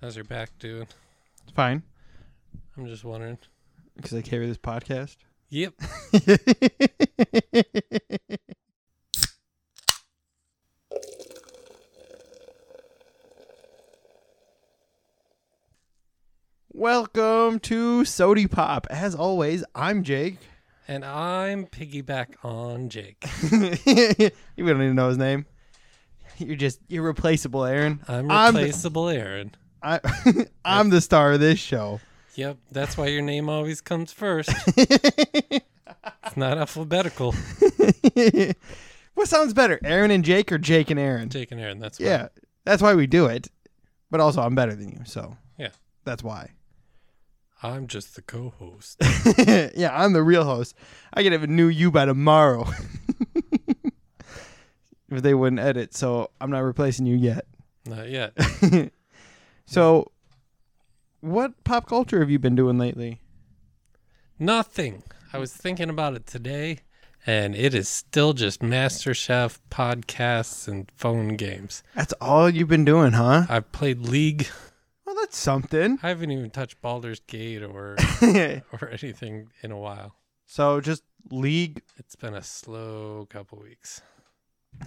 How's your back doing? It's fine I'm just wondering. because I carry this podcast. Yep. Welcome to Sody Pop. As always, I'm Jake. And I'm piggyback on Jake. you don't even know his name. You're just irreplaceable, Aaron. I'm I'm- replaceable Aaron. I, I'm the star of this show. Yep, that's why your name always comes first. it's not alphabetical. what sounds better, Aaron and Jake or Jake and Aaron? Jake and Aaron, that's why. Yeah, that's why we do it. But also, I'm better than you, so Yeah. that's why. I'm just the co host. yeah, I'm the real host. I could have a new you by tomorrow. if they wouldn't edit, so I'm not replacing you yet. not yet. So, what pop culture have you been doing lately? Nothing. I was thinking about it today, and it is still just MasterChef podcasts and phone games. That's all you've been doing, huh? I've played League. Well, that's something. I haven't even touched Baldur's Gate or or anything in a while. so, just League. It's been a slow couple weeks.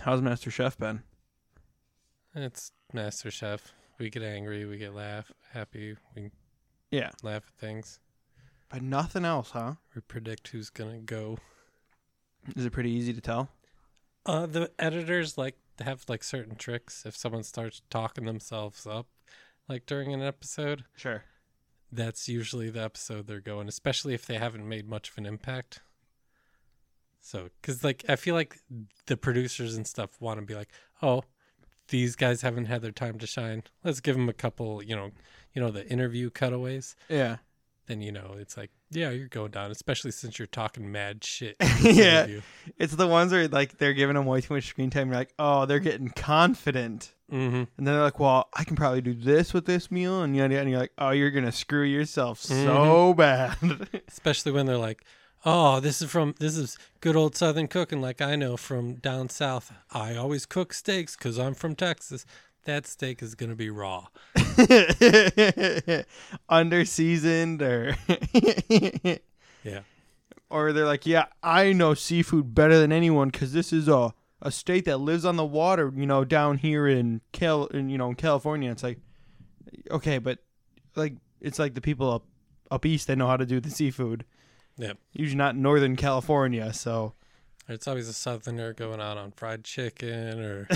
How's Master Chef been? It's Master Chef. We get angry, we get laugh, happy, we Yeah, laugh at things. but nothing else, huh? We predict who's gonna go. Is it pretty easy to tell? Uh, the editors like have like certain tricks. If someone starts talking themselves up, like during an episode, Sure. that's usually the episode they're going, especially if they haven't made much of an impact. So, because like I feel like the producers and stuff want to be like, oh, these guys haven't had their time to shine. Let's give them a couple, you know, you know the interview cutaways. Yeah. Then you know it's like, yeah, you're going down, especially since you're talking mad shit. Yeah. Mm It's the ones where like they're giving them way too much screen time. You're like, oh, they're getting confident, hmm. and then they're like, well, I can probably do this with this meal, and yada yada. And you're like, oh, you're gonna screw yourself so bad. Especially when they're like, oh, this is from, this is good old Southern cooking, like I know from down south. I always cook steaks because I'm from Texas. That steak is going to be raw. Underseasoned or Yeah. or they're like, yeah, I know seafood better than anyone because this is a a state that lives on the water, you know, down here in Cal, in, you know, in California. It's like, okay, but like it's like the people up up east they know how to do the seafood. Yep. Usually not in Northern California, so It's always a southerner going out on fried chicken or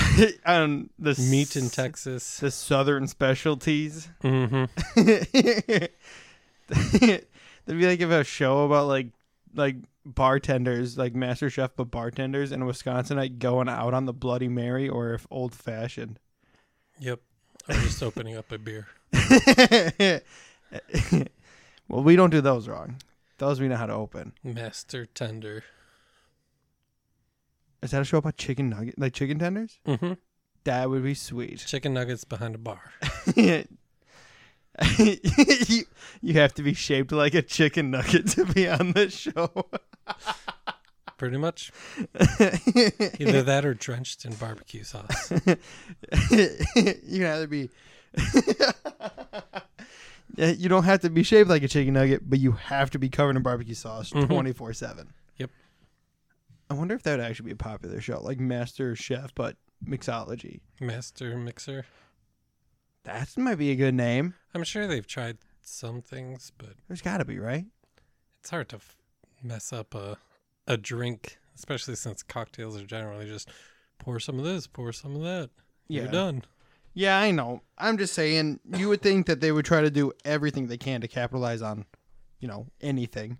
on the meat in s- Texas. the southern specialties. hmm That'd be like if a show about like like bartenders, like Master Chef, but bartenders in Wisconsin, like going out on the Bloody Mary or if old fashioned. Yep. Or just opening up a beer. well, we don't do those wrong. Those we know how to open. Master Tender. Is that a show about chicken nugget, like chicken tenders? hmm That would be sweet. Chicken nuggets behind a bar. you, you have to be shaped like a chicken nugget to be on this show. Pretty much. Either that or drenched in barbecue sauce. you can either be. Yeah, you don't have to be shaped like a chicken nugget, but you have to be covered in barbecue sauce Mhm. twenty four seven. Yep. I wonder if that would actually be a popular show, like Master Chef, but mixology. Master Mixer. That might be a good name. I'm sure they've tried some things, but There's got to be, right? it's hard to f- mess up a, a drink, especially since cocktails are generally just pour some of this, pour some of that. You're done. Yeah, I know. I'm just saying, you would think that they would try to do everything they can to capitalize on, you know, anything.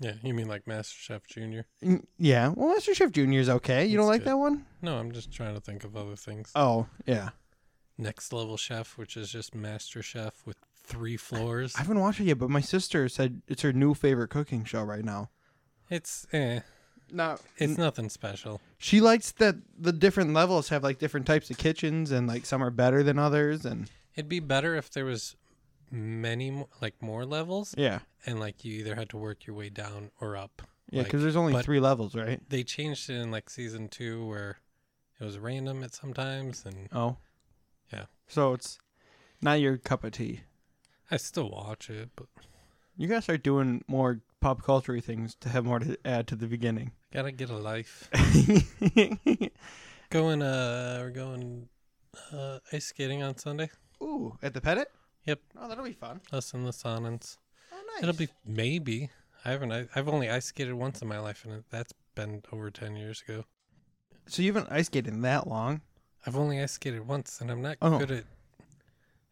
Yeah, you mean like Master Chef Junior? Mm, Yeah. Well, Master Chef Junior is okay. You don't It's like good. that one? No, I'm just trying to think of other things. Oh, yeah. Next Level Chef, which is just Master Chef with three floors. I haven't watched it yet, but my sister said it's her new favorite cooking show right now. It's eh, No, it's nothing special. she likes that the different levels have like different types of kitchens, and like some are better than others, and It'd be better if there was many mo- like more levels yeah, and like you either had to work your way down or up. yeah, Like, because there's only but- three levels, right? They changed it in like season 2 where it was random at sometimes and Oh, Yeah. So it's Not your cup of tea. I still watch it, but You gotta start doing more pop culture things to have more to add to the beginning. gotta get a life. Going, uh, we're going uh, ice skating on Sunday. Ooh, at the Pettit. Yep. Oh, that'll be fun. Us and the Sonnens. Oh, nice. It'll be maybe. I haven't. I, I've only ice skated once in my life, and that's been over ten years ago. So you haven't ice skated in that long. I've only ice skated once, and I'm not Oh. good at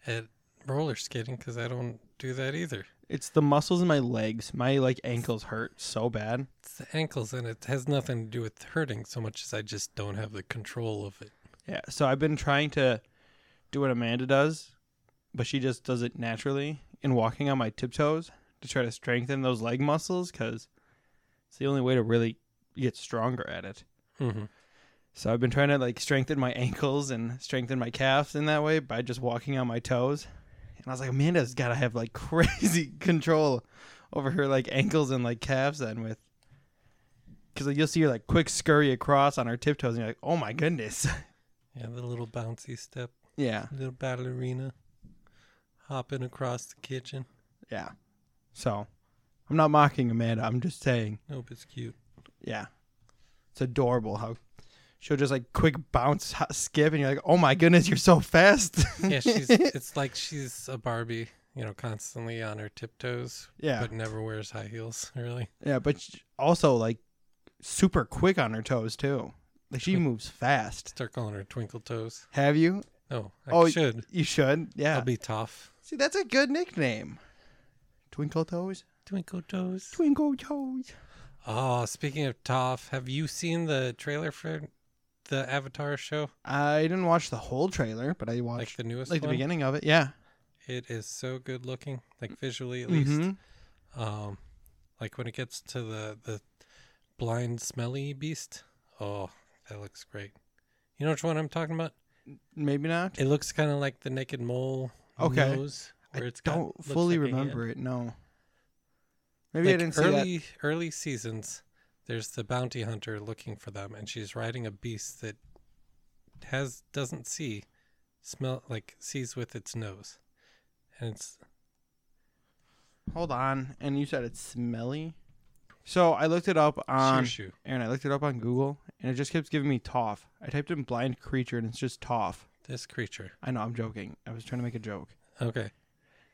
at roller skating because I don't do that either. It's the muscles in my legs. My like ankles hurt so bad. It's the ankles, and it has nothing to do with hurting so much as I just don't have the control of it. Yeah. So I've been trying to do what Amanda does, but she just does it naturally in walking on my tiptoes to try to strengthen those leg muscles because it's the only way to really get stronger at it. Mm-hmm. hmm So I've been trying to like strengthen my ankles and strengthen my calves in that way by just walking on my toes. And I was like, Amanda's got to have like crazy control over her like ankles and like calves then with. Because like, you'll see her like quick scurry across on her tiptoes and you're like, oh my goodness. Yeah, the little bouncy step, yeah. little ballerina, hopping across the kitchen. Yeah. So I'm not mocking Amanda. I'm just saying, Nope, it's cute. yeah. It's adorable how she'll just like quick bounce, ho- skip, and you're like, oh my goodness, you're so fast. Yeah, she's. it's like she's a Barbie, you know, constantly on her tiptoes, yeah. but never wears high heels. Really, Yeah, but sh- also like super quick on her toes too. Like she Quick. moves fast. start calling her Twinkle Toes. Have you? No, I Oh, y- should. You should. Yeah. I'll be tough. See, that's a good nickname. Twinkle toes. Twinkle Toes. Twinkle toes. Oh, speaking of Toph, have you seen the trailer for the Avatar show? I didn't watch the whole trailer, but I Like watched the newest like, the one? beginning of it. Yeah. It is so good looking, like visually at least. Mhm. Um, like when it gets to the the blind smelly beast. Oh, that looks great. You know which one I'm talking about? Maybe not. It looks kind of like the naked mole Okay. nose. I where it's got- don't looks fully like a hand. remember it. No. Maybe I Like, didn't see that. early early seasons. There's the bounty hunter looking for them, and she's riding a beast that has doesn't see, smell like sees with its nose, and it's Hold on. And you said it's smelly. So I looked it up on Shushu. Aaron, I looked it up on Google, and it just kept giving me Toph. I typed in blind creature, and it's just Toph. This creature. I know, I'm joking. I was trying to make a joke. Okay.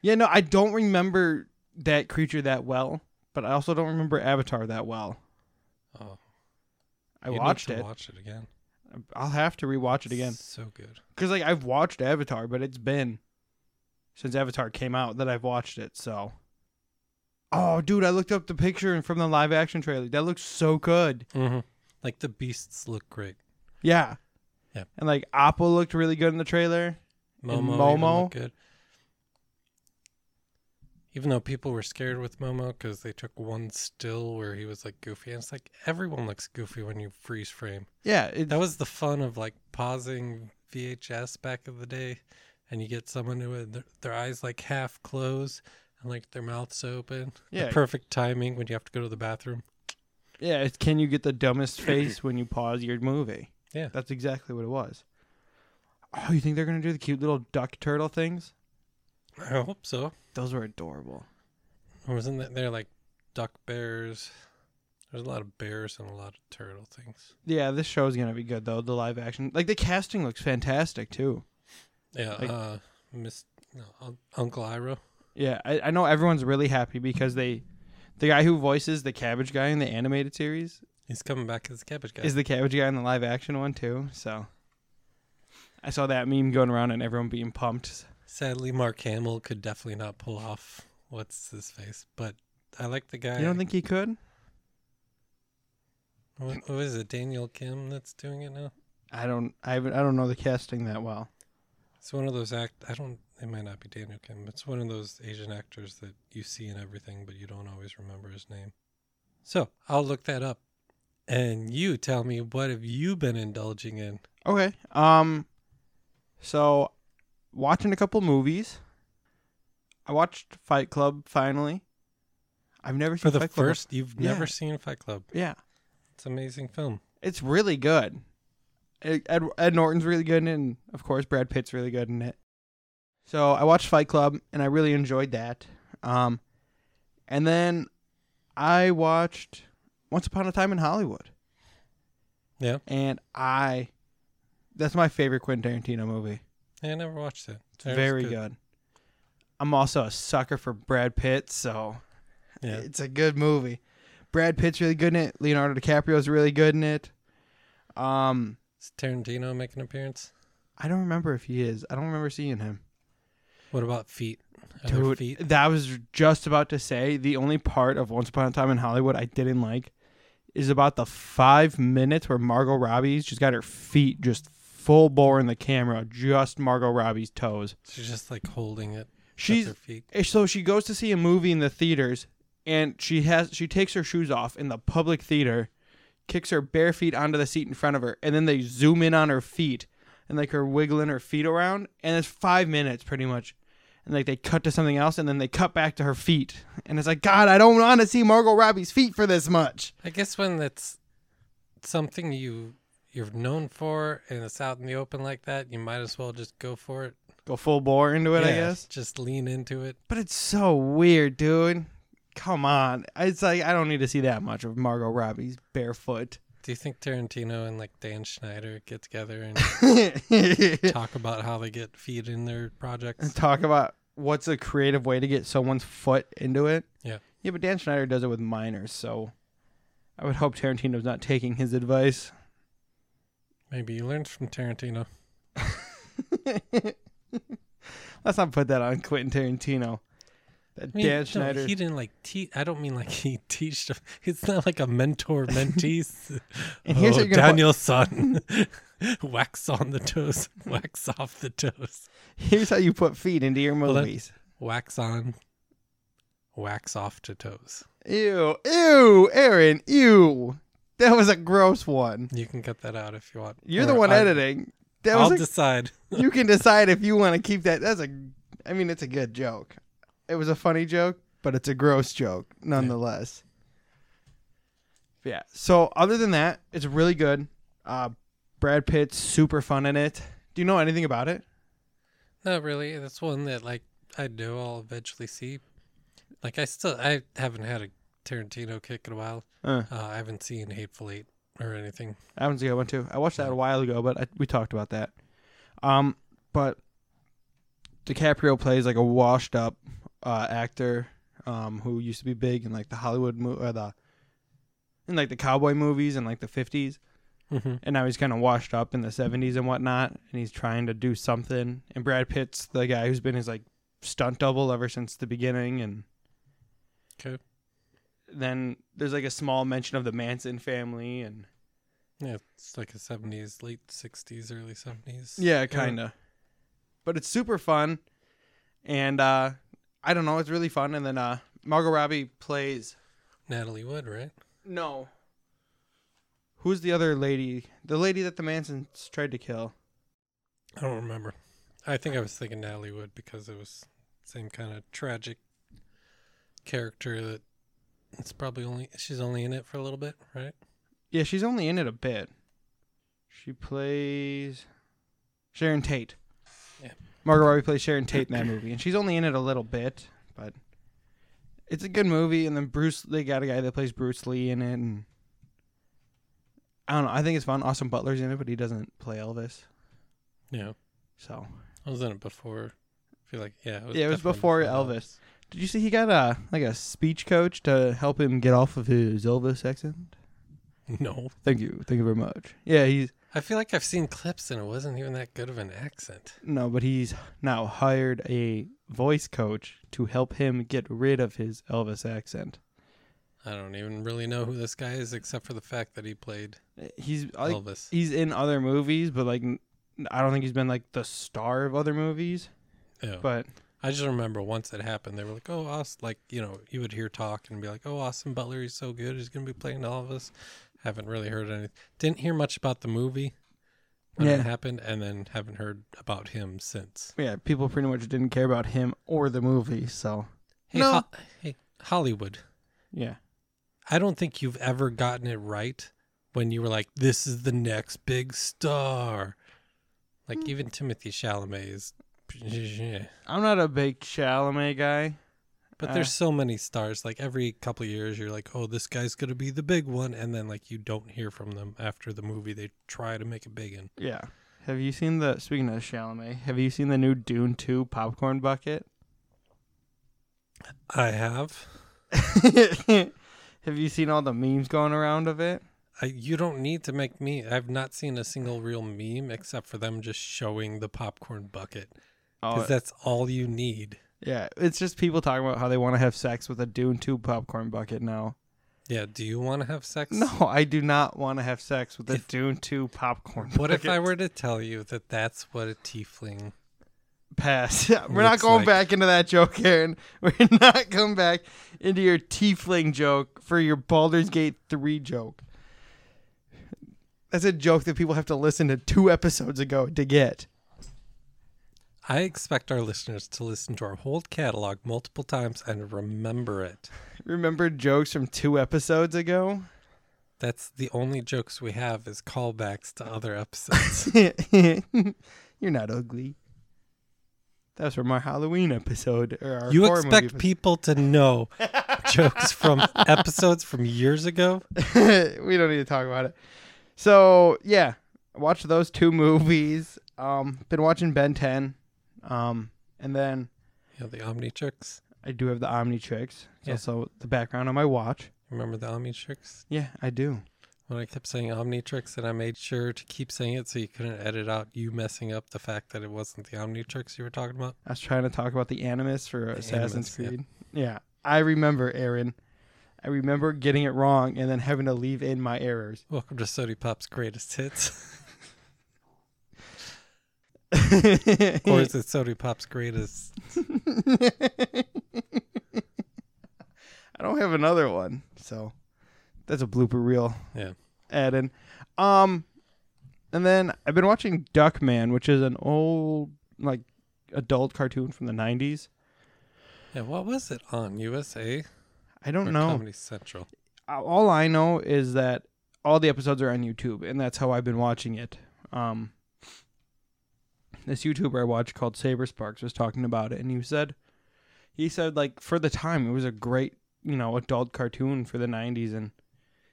Yeah, no, I don't remember that creature that well, but I also don't remember Avatar that well. Oh, I you need watched to it. Watch it again. I'll have to rewatch it again So good. because, like, I've watched Avatar, but it's been since Avatar came out that I've watched it. So, oh, dude, I looked up the picture and from the live action trailer. That looks so good. hmm Like the beasts look great. Yeah. Yep. And like Apple looked really good in the trailer. Momo, And even Momo. looked good. Even though people were scared with Momo because they took one still where he was like goofy, and it's like everyone looks goofy when you freeze frame. Yeah, it, That was the fun of like pausing VHS back in the day, and you get someone who had their, their eyes like half closed and like their mouths open. Yeah. The perfect timing when you have to go to the bathroom. Yeah, it's can you get the dumbest face when you pause your movie? Yeah. That's exactly what it was. Oh, you think they're going to do the cute little duck turtle things? I hope so. Those were adorable. Wasn't that there like duck bears? There's a lot of bears and a lot of turtle things. Yeah, this show's going to be good though, the live action. Like the casting looks fantastic too. Yeah. Like- uh, Miss no, Un- Uncle Iro. Yeah, I, I know everyone's really happy because they the guy who voices the cabbage guy in the animated series He's coming back as the cabbage guy. is the cabbage guy in the live action one too, so I saw that meme going around and everyone being pumped. Sadly, Mark Hamill could definitely not pull off what's his face, but I like the guy. You don't think he could? What, what is it? Daniel Kim that's doing it now. I don't I haven't, I don't know the casting that well. It's one of those act. I don't. It might not be Daniel Kim. It's one of those Asian actors that you see in everything, but you don't always remember his name. So I'll look that up, and you tell me what have you been indulging in? Okay. Um so watching a couple movies. I watched Fight Club finally. I've never seen For the Fight Club. first, you've never Yeah. seen Fight Club. Yeah. It's an amazing film. It's really E, good. Ed, Ed Ed Norton's really good in it, and of course Brad Pitt's really good in it. So I watched Fight Club and I really enjoyed that. Um, and then I watched Once Upon a Time in Hollywood. Yeah. And I, that's my favorite Quentin Tarantino movie. I never watched it. It's That was very good. I'm also a sucker for Brad Pitt, so Yeah. it's a good movie. Brad Pitt's really good in it. Leonardo DiCaprio's really good in it. Um, Does Tarantino make an appearance? I don't remember if he is. I don't remember seeing him. What about feet? Are there Dude, feet? that was just about to say the only part of Once Upon a Time in Hollywood I didn't like is about the five minutes where Margot Robbie's just got her feet just full bore in the camera, just Margot Robbie's toes. She's just like holding it. She's with her feet. Eh, so she goes to see a movie in the theaters and she has she takes her shoes off in the public theater kicks her bare feet onto the seat in front of her and then they zoom in on her feet and like her wiggling her feet around and it's five minutes pretty much and like they cut to something else and then they cut back to her feet and it's like god i don't want to see margot robbie's feet for this much I guess when that's something you you're known for and it's out in the open like that, you might as well just go for it. go full bore into it i Yeah, guess Just lean into it. But it's so weird, dude. Come on. It's like I don't need to see that much of Margot Robbie's barefoot. Do you think Tarantino and like Dan Schneider get together and talk about how they get feet in their projects? Talk about what's a creative way to get someone's foot into it. Yeah. Yeah, but Dan Schneider does it with minors, so I would hope Tarantino's not taking his advice. Maybe you learned from Tarantino. Let's not put that on Quentin Tarantino. That I mean, Dan no, Schneider. he didn't like teach. I don't mean like he teached. It's not like a mentor mentees. And here's oh, what you're gonna put- Daniel's son. wax on the toes, wax off the toes, Here's how you put feet into your Well, that- movies. wax on, wax off to toes. Ew, ew, Aaron, ew. That was a gross one. You can cut that out if you want. You're Or the one I, editing. That I'll was a- decide. you can decide if you want to keep that. That's a, I mean, it's a good joke. It was a funny joke, but it's a gross joke nonetheless. Yeah. So other than that, it's really good. Uh, Brad Pitt's super fun in it. Do you know anything about it? Not really. That's one that like I know I'll eventually see. Like I still I haven't had a Tarantino kick in a while. Uh, Uh, I haven't seen Hateful Eight or anything. that one's a good one too. I watched that a while ago, but I, we talked about that. Um, but DiCaprio plays like a washed-up uh, actor um, who used to be big in like the Hollywood mo- or the in like the cowboy movies in like the fifties. Mm-hmm. and now he's kind of washed up in the 70s and whatnot and he's trying to do something and brad pitt's the guy who's been his like stunt double ever since the beginning and Okay. then there's like a small mention of the manson family and Yeah, it's like a seventies, late sixties, early seventies. yeah kind of but it's super fun and uh i don't know it's really fun and then uh margot robbie plays Natalie Wood, right? no who's the other lady the lady that the mansons tried to kill I don't remember. I think I was thinking Natalie Wood because it was same kind of tragic character that it's probably only she's only in it for a little bit, right? Yeah, she's only in it a bit. She plays Sharon Tate. Yeah. Margot Robbie plays Sharon Tate in that movie, and she's only in it a little bit, but it's a good movie. And then Bruce, they got a guy that plays Bruce Lee in it, and I don't know. I think it's fun. Austin Butler's in it, but he doesn't play Elvis, Yeah. so I was in it before. I feel like yeah. yeah, it was definitely before Elvis. Did you see he got a like a speech coach to help him get off of his Elvis accent? Elvis. No, Thank you, thank you very much. Yeah, he's I feel like I've seen clips and it wasn't even that good of an accent. No, but he's now hired a voice coach to help him get rid of his Elvis accent. I don't even really know who this guy is except for the fact that he played He's like, Elvis. he's in other movies, but like n- I don't think he's been like the star of other movies. Yeah. But I just remember once it happened, they were like, "Oh, Austin!" Like you know, you would hear talk and be like, "Oh, Austin Butler, he's so good. He's gonna be playing all of us." Haven't really heard anything. Didn't hear much about the movie when Yeah. it happened, and then haven't heard about him since. yeah, people pretty much didn't care about him or the movie. So Hey, No. Ho- hey, Hollywood. yeah, I don't think you've ever gotten it right when you were like, Hmm. "This is the next big star." Like even Timothy Chalamet is I'm not a big Chalamet guy. But Uh. there's so many stars. Like every couple of years, you're like, oh, this guy's gonna be the big one, and then like you don't hear from them after the movie they try to make it big in. Yeah. Have you seen the speaking of Chalamet? Have you seen the new Dune Two popcorn bucket? I have. have you seen all the memes going around of it? I, you don't need to make me. I've not seen a single real meme except for them just showing the popcorn bucket Oh, because that's all you need. yeah. It's just people talking about how they want to have sex with a Dune Two popcorn bucket now. Yeah. Do you want to have sex? No, I do not want to have sex with a Dune Two popcorn. What if bucket. I were to tell you that that's what a tiefling? pass? We're not Looks going like- back into that joke, Karen. We're not going back into your tiefling joke for your Baldur's Gate three joke. That's a joke that people have to listen to two episodes ago to get. I expect our listeners to listen to our whole catalog multiple times and remember it. Remember jokes from two episodes ago? That's the only jokes we have is callbacks to other episodes. You're not ugly. That's from our Halloween episode. Or our you horror movie expect people to know jokes from episodes from years ago? we don't need to talk about it. So yeah, watch those two movies. Um, been watching Ben Ten, um, and then You know, the Omni Chicks. I do have the Omni Tricks. It's Yeah. also the background on my watch. Remember the Omni Chicks? Yeah, I do. When I kept saying Omnitrix, and I made sure to keep saying it so you couldn't edit out you messing up the fact that it wasn't the Omnitrix you were talking about. I was trying to talk about the Animus for Animus, Assassin's yeah. Creed. Yeah. I remember Aaron. I remember getting it wrong and then having to leave in my errors. Welcome to Sody Pop's Greatest Hits. or is it Sody Pop's Greatest? I don't have another one, so that's a blooper reel. Yeah. Add in. Um and then I've been watching Duckman, which is an old like adult cartoon from the nineties. Yeah, what was it on? USA I don't or know. Comedy Central? All I know is that all the episodes are on YouTube and that's how I've been watching it. Um this YouTuber I watched called Saber Sparks was talking about it and he said he said like for the time it was a great you know adult cartoon for the 90s and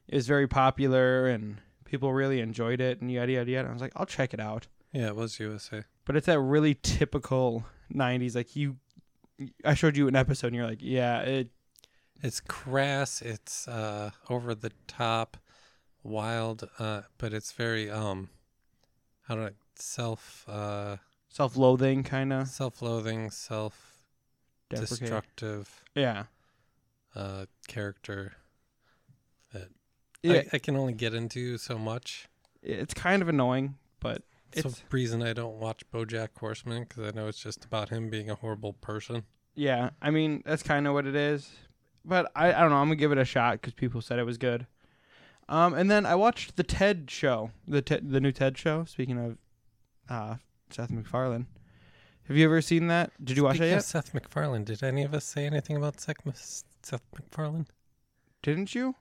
it was very popular and people really enjoyed it and yada yada yada i was like i'll check it out Yeah, it was USA. but it's that really typical 90s like you i showed you an episode and you're like yeah it It's crass, it's uh, over the top, wild, uh, but it's very, um, how do I, self, uh, self-loathing kind of self-loathing, self-destructive. yeah uh, character that Yeah. I, I can only get into so much. it's kind of annoying but It's it's the reason I don't watch BoJack Horseman because I know it's just about him being a horrible person. yeah i mean that's kind of what it is but i, I don't know i'm gonna give it a shot because people said it was good um, and then i watched the ted show the ted the new ted show speaking of uh, seth macfarlane have you ever seen that did you watch Speaking of it yet Seth MacFarlane, did any of us say anything about Seth, Mac- Seth MacFarlane? Didn't you?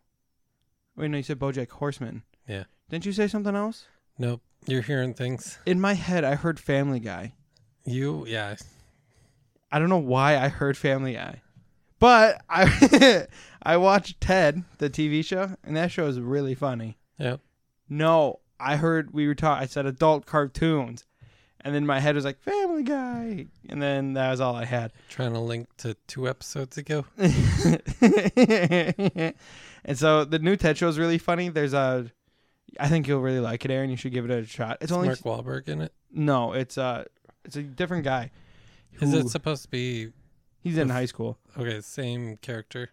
Wait, no, you said BoJack Horseman. Yeah. Didn't you say something else? Nope. You're hearing things. In my head, I heard Family Guy. You, yeah. I don't know why I heard Family Guy, but I I watched Ted, the TV show, and that show is really funny. Yep. No, I heard we were taught. I said adult cartoons, and then my head was like Family Guy, and then that was all I had. Trying to link to two episodes ago. and so the new Ted show is really funny. There's a, I think you'll really like it, Aaron. You should give it a shot. It's Is only Mark Wahlberg in it? No, it's uh it's a different guy. Is Who- it supposed to be He's in high school. okay? Same character.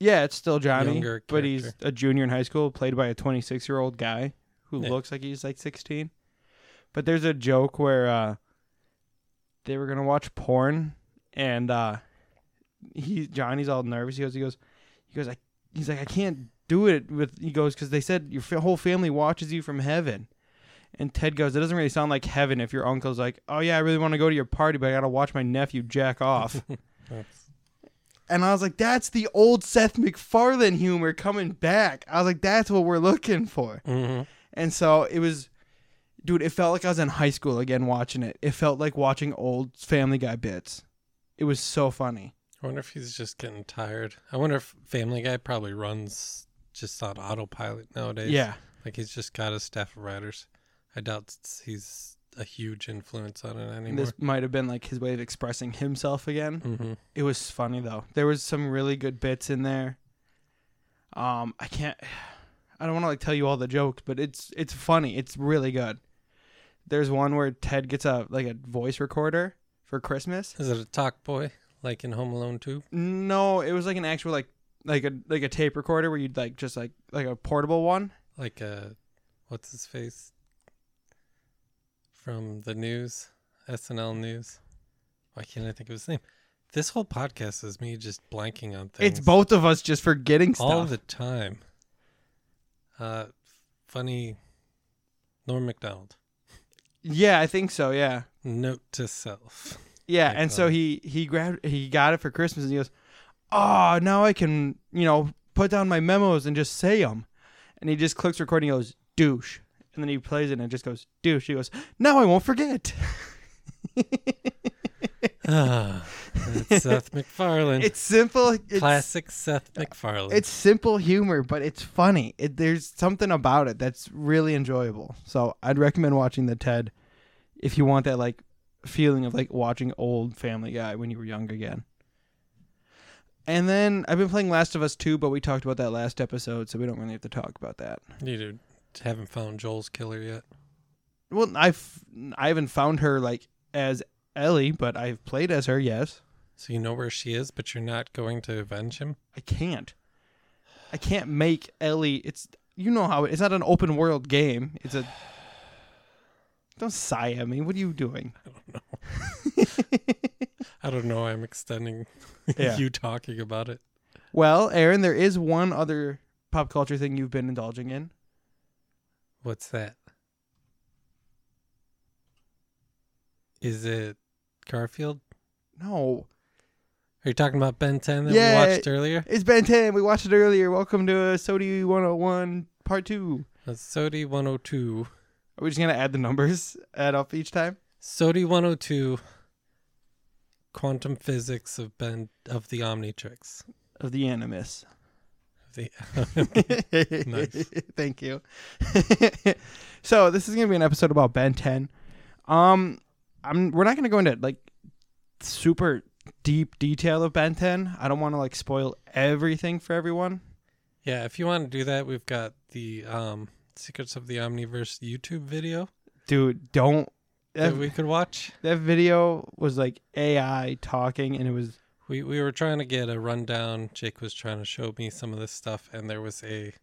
Yeah, it's still Johnny, Younger but he's character. a junior in high school, played by a 26 year old guy who Yeah. looks like he's like 16. But there's a joke where uh, they were gonna watch porn, and uh, he Johnny's all nervous. He goes, he goes, he goes. I, he's like, I can't do it with. He goes because they said your fa- whole family watches you from heaven. And Ted goes, it doesn't really sound like heaven if your uncle's like, oh yeah, I really want to go to your party, but I gotta watch my nephew jack off. That's- And I was like, that's the old Seth MacFarlane humor Mm-hmm. coming back. I was like, that's what we're looking for. Mhm. And so it was dude, it felt like I was in high school again watching it. It felt like watching old Family Guy bits. It was so funny. I wonder if he's just getting tired. I wonder if Family Guy probably runs just on autopilot nowadays. Yeah. Like he's just got a staff of writers. I doubt s- he's a huge influence on it anymore. This might have been like his way of expressing himself again. hmm It was funny though. There was some really good bits in there. Um, I can't. I don't want to like tell you all the jokes, but it's it's funny. It's really good. There's one where Ted gets a like a voice recorder for Christmas. Is it a talk boy like in Home Alone 2? No, it was like an actual like like a like a tape recorder where you'd like just like like a portable one. Like a what's his face from the news, SNL news. Why can't I think of his name? This whole podcast is me just blanking on things. It's both of us just forgetting stuff. all the time. Uh, funny Norm Macdonald. yeah, I think so. Yeah. Note to self. Yeah, Like, and so uh, he he grabbed he got it for Christmas and he goes, "Oh, now I can you know put down my memos and just say them," and he just clicks recording. and goes douche, and then he plays it and it just goes douche. He goes, "Now I won't forget." Ah, that's Seth MacFarlane. It's simple. It's, Classic Seth MacFarlane. It's simple humor, but it's funny. It, there's something about it that's really enjoyable. So I'd recommend watching the Ted if you want that like feeling of like watching old Family Guy when you were young again. And then I've been playing Last of Us 2, but we talked about that last episode, so we don't really have to talk about that. you dude, haven't found Joel's killer yet. Well, I've I haven't found her like as Ellie, but I've played as her. Yes, So you know where she is, but you're not going to avenge him? I can't. I can't make Ellie. It's you know how it, it's not an open world game. It's a. Don't sigh at me. What are you doing? I don't know. why I'm extending Yeah. you talking about it. Well, Aaron, there is one other pop culture thing you've been indulging in. What's that? Is it Garfield? No, Are you talking about Ben 10 that Yeah, we watched earlier? it's Ben 10. We watched it earlier. Welcome to uh, Sodi 101 Part Two. That's oh Sodi 102. Are we just gonna add the numbers, add up each time? Sodi 102 Quantum Physics of Ben of the Omnitrix. Of the Animus. The, nice. Thank you. so this is gonna be an episode about Ben 10. Um, I'm we're not gonna go into like super deep detail of Ben 10. I don't want to like spoil everything for everyone. yeah, if you want to do that, we've got the um, Secrets of the Omniverse YouTube video Dude, don't. that That, we could watch. that video was like AI talking, and it was We we were trying to get a rundown. Jake was trying to show me some of this stuff, and there was a.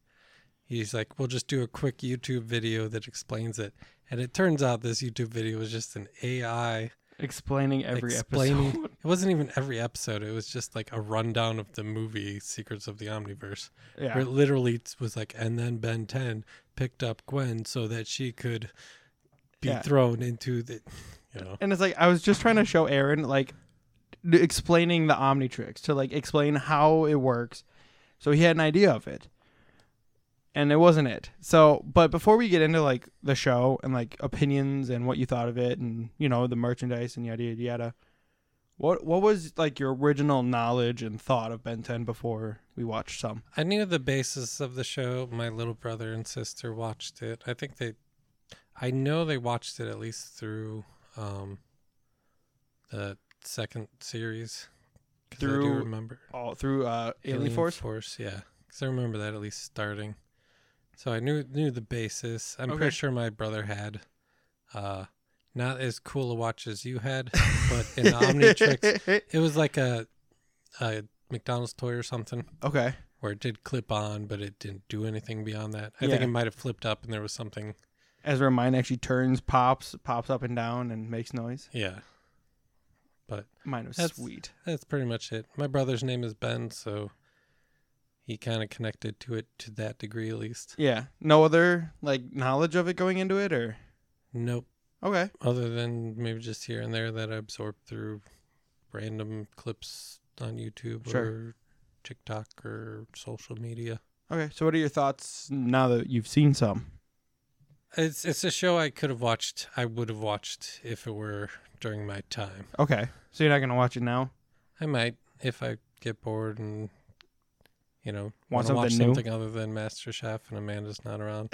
He's like, we'll just do a quick YouTube video that explains it, and it turns out this YouTube video was just an AI. explaining every Explaining- episode. It wasn't even every episode. It was just like a rundown of the movie Secrets of the Omniverse. yeah. Where it literally t- was like, and then Ben 10 picked up Gwen so that she could be Yeah. thrown into the, you know. And it's like I was just trying to show Aaron like d- explaining the Omnitrix to like explain how it works, so he had an idea of it, and it wasn't it. So, but before we get into like the show and like opinions and what you thought of it and you know the merchandise and yada yada yada, what what was like your original knowledge and thought of Ben Ten before we watched some? I knew the basis of the show. My little brother and sister watched it. I think they, I know they watched it at least through um, the second series. 'cause I do Through remember. All through uh, Alien, Force. yeah. Because I remember that at least starting. So I knew knew the basis. I'm Okay. pretty sure my brother had, uh, not as cool a watch as you had, but an Omnitrix. It was like a, a McDonald's toy or something, okay. where it did clip on, but it didn't do anything beyond that. I think Yeah. it might have flipped up, and there was something. Ezra Mine actually turns, pops, pops up and down, and makes noise. Yeah. But Mine was That's- sweet. that's pretty much it. My brother's name is Ben, so he kind of connected to it to that degree at least. Yeah. No other like knowledge of it going into it or Nope. Okay. other than maybe just here and there that I absorb through random clips on YouTube Sure. or TikTok or social media. Okay. So what are your thoughts now that you've seen some? It's it's a show I could have watched. I would have watched if it were during my time. Okay, so you're not gonna watch it now. I might if I get bored and you know want to something watch new? something other than MasterChef and Amanda's not around.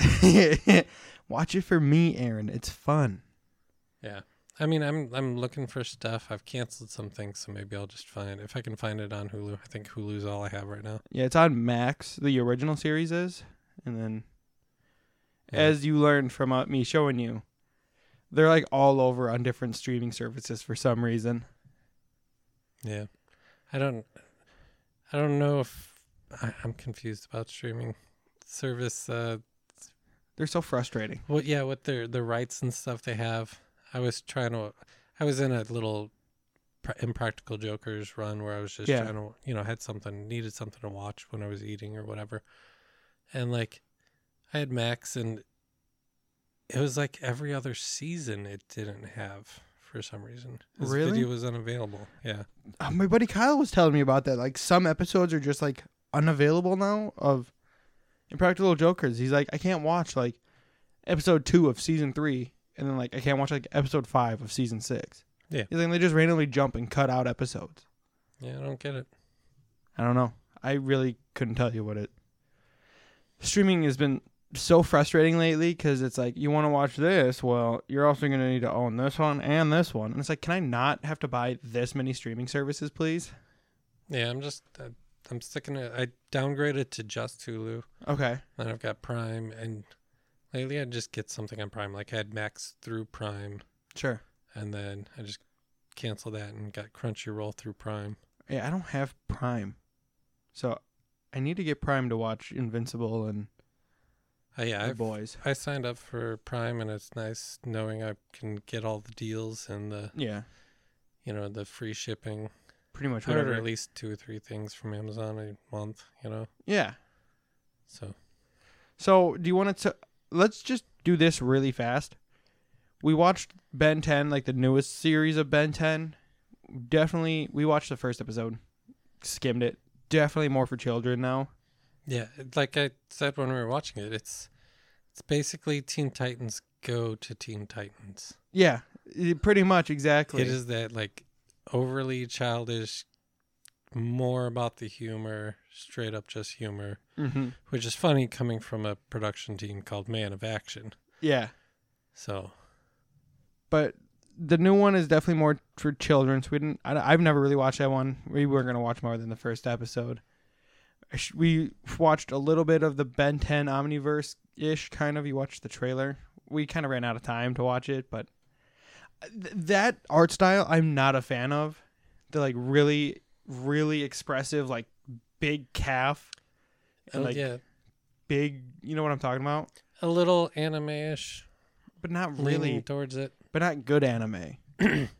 watch it for me, Aaron. It's fun. yeah. I mean, I'm I'm looking for stuff. I've canceled some things, so maybe I'll just find if I can find it on Hulu. I think Hulu's all I have right now. Yeah, it's on Max. The original series is, and then Yeah. as you learned from uh, me showing you, they're like all over on different streaming services for some reason. Yeah, I don't, I don't know if I, I'm confused about streaming service. Uh, They're so frustrating. what? Yeah, what their the rights and stuff they have. I was trying to, I was in a little pra- impractical jokers run where I was just Yeah. trying to, you know, had something needed something to watch when I was eating or whatever, and like, I had Max and it was like every other season it didn't have for some reason. This Really? video was unavailable. Yeah. Uh, my buddy Kyle was telling me about that. Like some episodes are just like unavailable now of Impractical Jokers. He's like, I can't watch like episode two of season three, and then like I can't watch like episode five of season six. Yeah. he's like they just randomly jump and cut out episodes. Yeah, I don't get it. I don't know. I really couldn't tell you what it. Streaming has been so frustrating lately because it's like you want to watch this, well, you're also gonna need to own this one and this one, and it's like, can I not have to buy this many streaming services, please? Yeah, I'm just I, I'm sticking it. I downgraded to just Hulu, Okay. and I've got Prime, and lately I just get something on Prime. Like I had Max through Prime, Sure. and then I just canceled that and got Crunchyroll through Prime. Yeah, I don't have Prime, so I need to get Prime to watch Invincible and Uh, yeah, The I've, Boys. I signed up for Prime, and it's nice knowing I can get all the deals and the Yeah, you know the free shipping. pretty much I order whatever. at least two or three things from Amazon a month. You know, Yeah. so So do you want to? Let's just do this really fast. We watched Ben 10, like the newest series of Ben 10. Definitely, we watched the first episode, skimmed it. Definitely more for children now. Yeah, it- like I said when we were watching it, it's it's basically Teen Titans go to Teen Titans. Yeah, i- pretty much exactly. It is that like overly childish, more about the humor, straight up just humor, hmm which is funny coming from a production team called Man of Action. Yeah, So but the new one is definitely more for children. So we didn't. I, have never really watched that one. We weren't gonna watch more than the first episode. I sh- We watched a little bit of the Ben 10 Omniverse ish kind of. You watched the trailer. We kind of ran out of time to watch it, but uh, th- that art style I'm not a fan of. The like really, really expressive, like big calf and uh, like yeah, big. You know what I'm talking about? a little anime-ish, But not really really. towards it. But not good anime.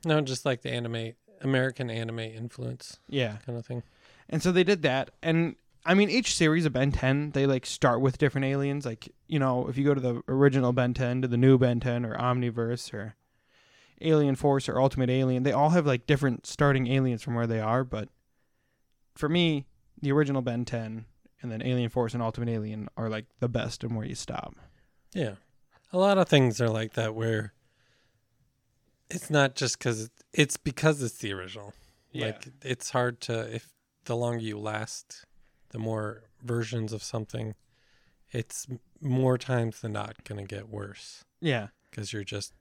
No, just like the anime, American anime influence Yeah. kind of thing. And so they did that. And I mean, each series of Ben 10, they like start with different aliens. Like, you know, if you go to the original Ben 10 to the new Ben 10 or Omniverse or Alien Force or Ultimate Alien, they all have like different starting aliens from where they are. But for me, the original Ben 10 and then Alien Force and Ultimate Alien are like the best and where you stop. Yeah. A lot of things are like that where it's not just because it's because it's the original. Like it's hard to, if the longer you last, the more versions of something, it's m- more times than not going to get worse yeah. because you're just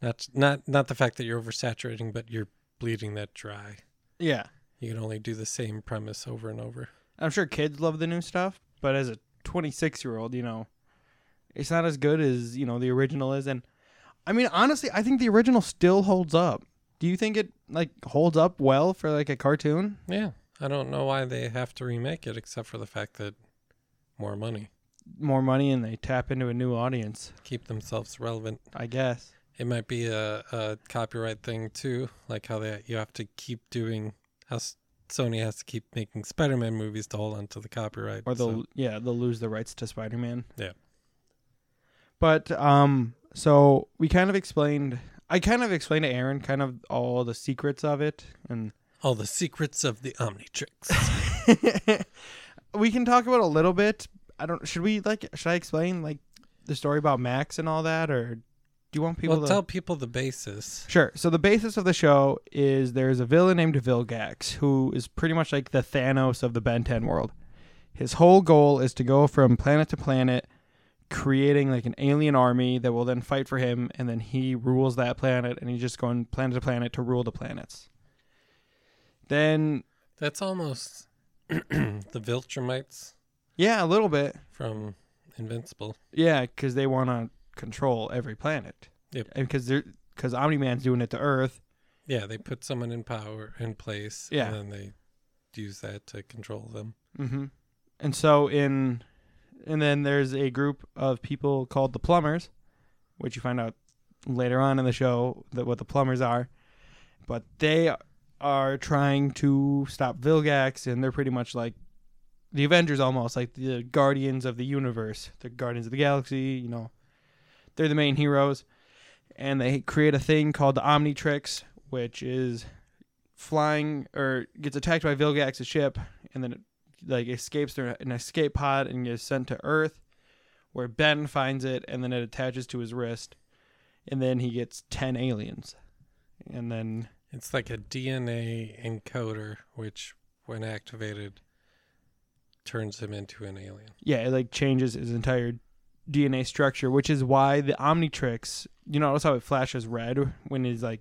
not, not, not the fact that you're oversaturating, but you're bleeding that dry. Yeah. You can only do the same premise over and over. I'm sure kids love the new stuff, but as a 26 year old, you know, it's not as good as you know the original is. And I mean, honestly, I think the original still holds up. Do you think it like holds up well for like a cartoon? Yeah. I don't know why they have to remake it except for the fact that more money. More money and they tap into a new audience, keep themselves relevant. I guess. It might be a, a copyright thing too, like how they you have to keep doing how S- Sony has to keep making Spider-Man movies to hold on to the copyright. Or they'll so- yeah they'll lose the rights to Spider Man. Yeah. But um, so we kind of explained. I kind of explained to Aaron kind of all the secrets of it and all the secrets of the Omnitrix. we can talk about a little bit. I don't. Should we like? Should I explain like the story about Max and all that, or do you want people well, to tell people the basis. Sure. So the basis of the show is there's a villain named Vilgax who is pretty much like the Thanos of the Ben 10 world. His whole goal is to go from planet to planet, creating like an alien army that will then fight for him, and then he rules that planet, and he's just going planet to planet to rule the planets. Then, That's almost the Viltrumites yeah, a little bit. from Invincible. Yeah, because they want to control every planet. Yep. And because they're because Omni Man's doing it to Earth. Yeah, they put someone in power in place, Yeah. and then they use that to control them. Mm-hmm. And so in, and then there's a group of people called the plumbers, which you find out later on in the show that what the plumbers are, but they are trying to stop Vilgax, and they're pretty much like the Avengers, almost like the Guardians of the Universe, the Guardians of the Galaxy. You know, they're the main heroes, and they create a thing called the Omnitrix, which is flying or gets attacked by Vilgax's ship, and then it like escapes through an escape pod and gets sent to Earth, where Ben finds it and then it attaches to his wrist, and then he gets ten aliens, and then It's like a DNA encoder, which, when activated, turns him into an alien. yeah, it like changes his entire DNA structure, which is why the Omnitrix. You notice how it flashes red when he's like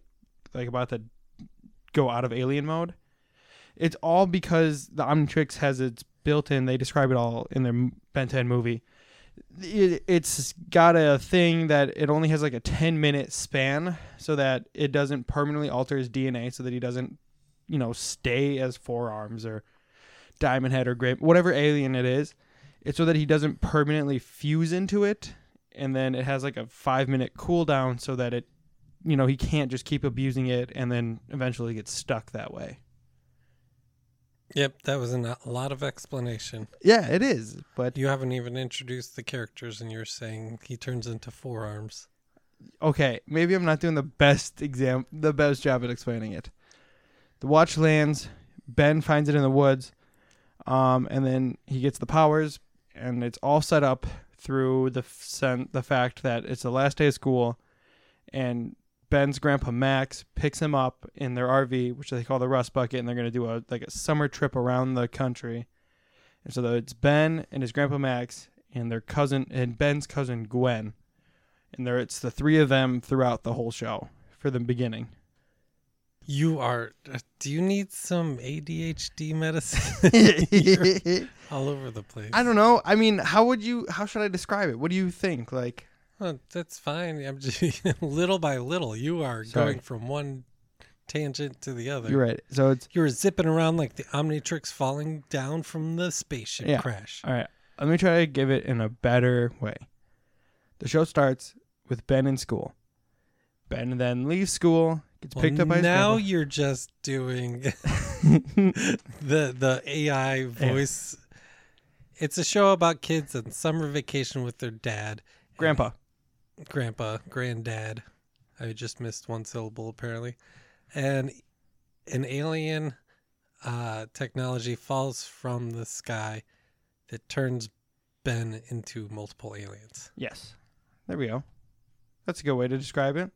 like about to go out of alien mode. It's all because the Omnitrix has its built-in. They describe it all in their m- Ben 10 movie. It, it's got a thing that it only has like a 10 minute span so that it doesn't permanently alter his DNA so that he doesn't, you know, stay as forearms or diamond head or grape, whatever alien it is. It's so that he doesn't permanently fuse into it. And then it has like a five minute cooldown so that it, you know, he can't just keep abusing it and then eventually gets stuck that way. Yep, that was an, a lot of explanation. Yeah, it is. But You haven't even introduced the characters, and you're saying he turns into forearms. okay, maybe I'm not doing the best exam the best job at explaining it. The watch lands, Ben finds it in the woods, um, and then he gets the powers, and it's all set up through the f- sen- the fact that it's the last day of school, and Ben's grandpa Max picks him up in their RV, which they call the Rust Bucket, and they're gonna do a like a summer trip around the country, and so it's Ben and his grandpa Max and their cousin and Ben's cousin Gwen, and there it's the three of them throughout the whole show for the beginning. You are. uh, Do you need some ADHD medicine? You're all over the place. I don't know. I mean, how would you? How should I describe it? What do you think? Like, Well, that's fine. I'm just little by little. You are Sorry. going from one tangent to the other. you're right. So it's You were zipping around like the Omnitrix falling down from the spaceship Yeah. crash. all right. Let me try to give it in a better way. The show starts with Ben in school. Ben then leaves school, gets Well, picked up by now his you're just doing grandpa. the the AI voice. It's a show about kids on summer vacation with their dad, grandpa. grandpa, granddad. I just missed one syllable apparently, and an alien uh, technology falls from the sky that turns Ben into multiple aliens. Yes. There we go. That's a good way to describe it.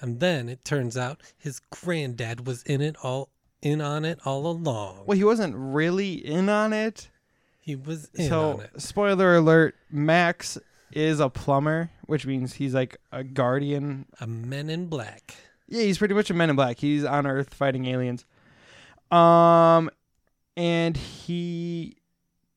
And then it turns out his granddad was in it all in on it all along. Well, he wasn't really in on it. He was in so, on it. spoiler alert: Max is a plumber, which means he's like a guardian. A men in black. Yeah, he's pretty much a Men in Black. He's on Earth fighting aliens. Um, and he,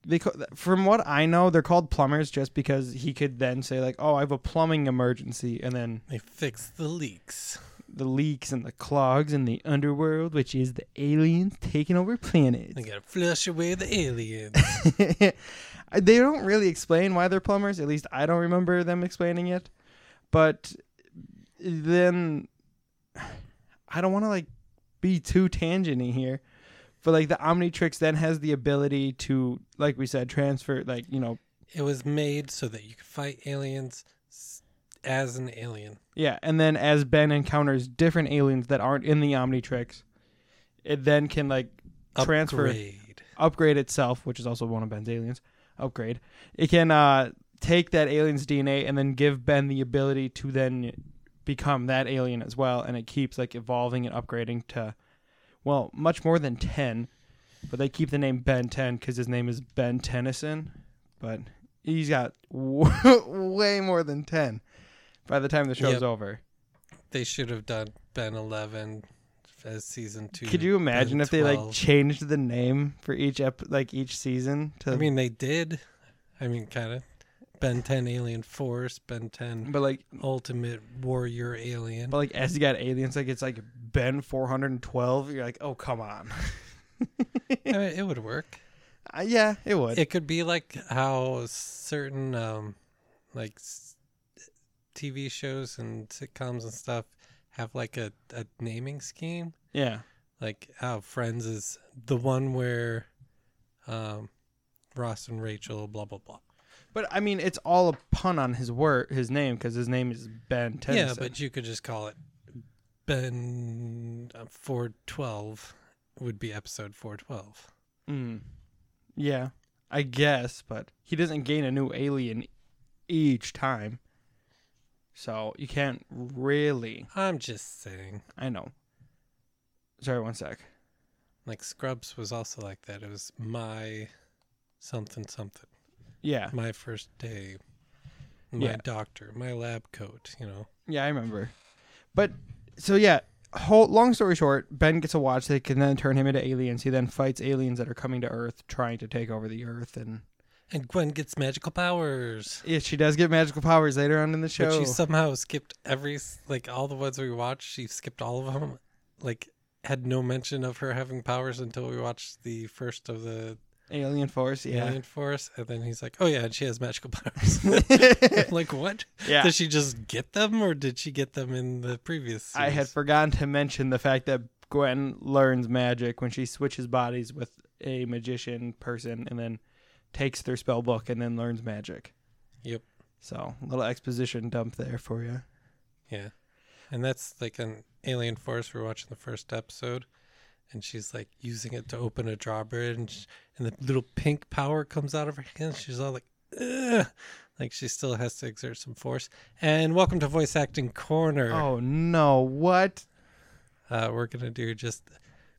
they ca- from what I know, they're called plumbers just because he could then say like, "Oh, I have a plumbing emergency," and then They fixed the leaks. the leaks and the clogs in the underworld, which is the aliens taking over planets. They gotta flush away the aliens. they don't really explain why they're plumbers. At least I don't remember them explaining it. But then I don't want to like be too tangenty here. But like the Omnitrix then has the ability to, like we said, transfer like you know it was made so that you could fight aliens s- as an alien. Yeah, and then as Ben encounters different aliens that aren't in the Omnitrix, it then can like transfer Upgrade. upgrade itself, which is also one of Ben's aliens. Upgrade. It can uh take that alien's DNA and then give Ben the ability to then become that alien as well, and it keeps like evolving and upgrading to, well, much more than ten, but they keep the name Ben Ten because his name is Ben Tennyson, but he's got w- way more than ten by the time the show's Yep. over. They should have done Ben Eleven as season two. Could you imagine Ben if they like 12. changed the name for each ep- like each season to? I mean, they did. I mean, kind of. Ben 10 Alien Force, Ben 10 but like Ultimate Warrior Alien. But like as you got aliens, like it's like Ben four hundred and twelve. You're like, oh come on. I mean, it would work. Uh, yeah, it would. It could be like how certain um like s- TV shows and sitcoms and stuff have like a, a naming scheme. yeah, Like how Friends is the one where um Ross and Rachel blah blah blah. but I mean, it's all a pun on his word, his name, because his name is Ben Tennyson. Yeah, but you could just call it Ben uh, 412 would be episode 412. Mm. yeah, I guess. But he doesn't gain a new alien each time, so you can't really. I'm just saying. I know. Sorry, one sec. Like Scrubs was also like that. It was my something something. Yeah, My first day. My Yeah. doctor, my lab coat, you know. Yeah, I remember. But so yeah, whole long story short, Ben gets a watch that can then turn him into aliens. He then fights aliens that are coming to Earth, trying to take over the Earth, and And Gwen gets magical powers. yeah, she does get magical powers later on in the But show. she somehow skipped every s- like all the ones we watched, she skipped all of them. Like had no mention of her having powers until we watched the first of the Alien Force, yeah, alien force, and then he's like, "Oh yeah, and she has magical powers." I'm like what? yeah. Did she just get them, or did she get them in the previous? Series? I had forgotten to mention the fact that Gwen learns magic when she switches bodies with a magician person, and then takes their spell book and then learns magic. Yep. So little exposition dump there for you. Yeah, and that's like an alien force. We're watching the first episode, and she's like using it to open a drawbridge, and, sh- and the little pink power comes out of her hands. She's all like, Ugh! like she still has to exert some force. And welcome to voice acting corner. Oh no! What? Uh, we're gonna do just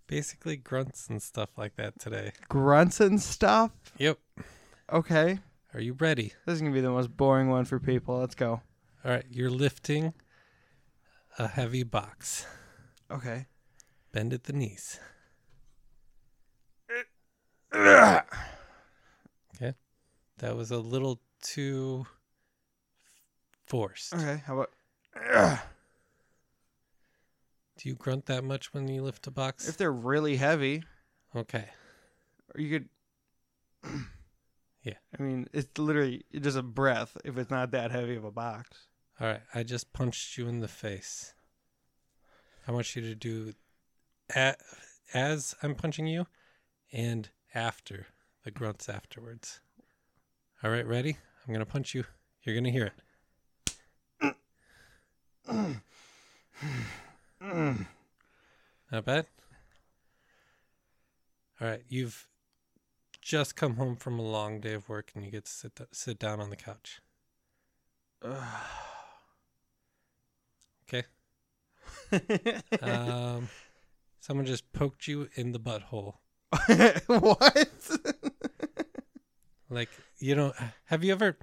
basically grunts and stuff like that today. grunts and stuff. Yep. Okay. Are you ready? This is going to be the most boring one for people. Let's go. All right, you're lifting a heavy box. Okay. Bend at the knees. Okay. That was a little too forced. Okay. How about. Do you grunt that much when you lift a box? If they're really heavy, okay. or you could. Yeah. I mean, it's literally just a breath if it's not that heavy of a box. All right, I just punched you in the face. I want you to do a as I'm punching you and after the grunts afterwards. All right, ready? I'm going to punch you. You're going to hear it. Not bad. All right, you've just come home from a long day of work and you get to sit, sit down on the couch. Okay. Um, someone just poked you in the butthole. what? Like you know, have you ever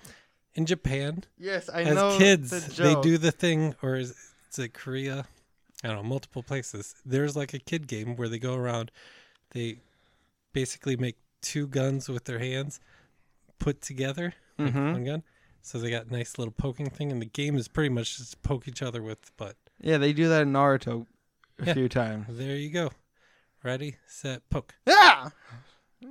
in Japan yes, I know. as the kids they joke. do the thing, or is, is it Korea? I don't know, multiple places. There's like a kid game where they go around, they basically make two guns with their hands put together, like Mhm. one gun. So they got nice little poking thing, and the game is pretty much just poke each other with the butt. Yeah, they do that in Naruto a Yeah. few times. There you go. Ready, set, poke. Yeah!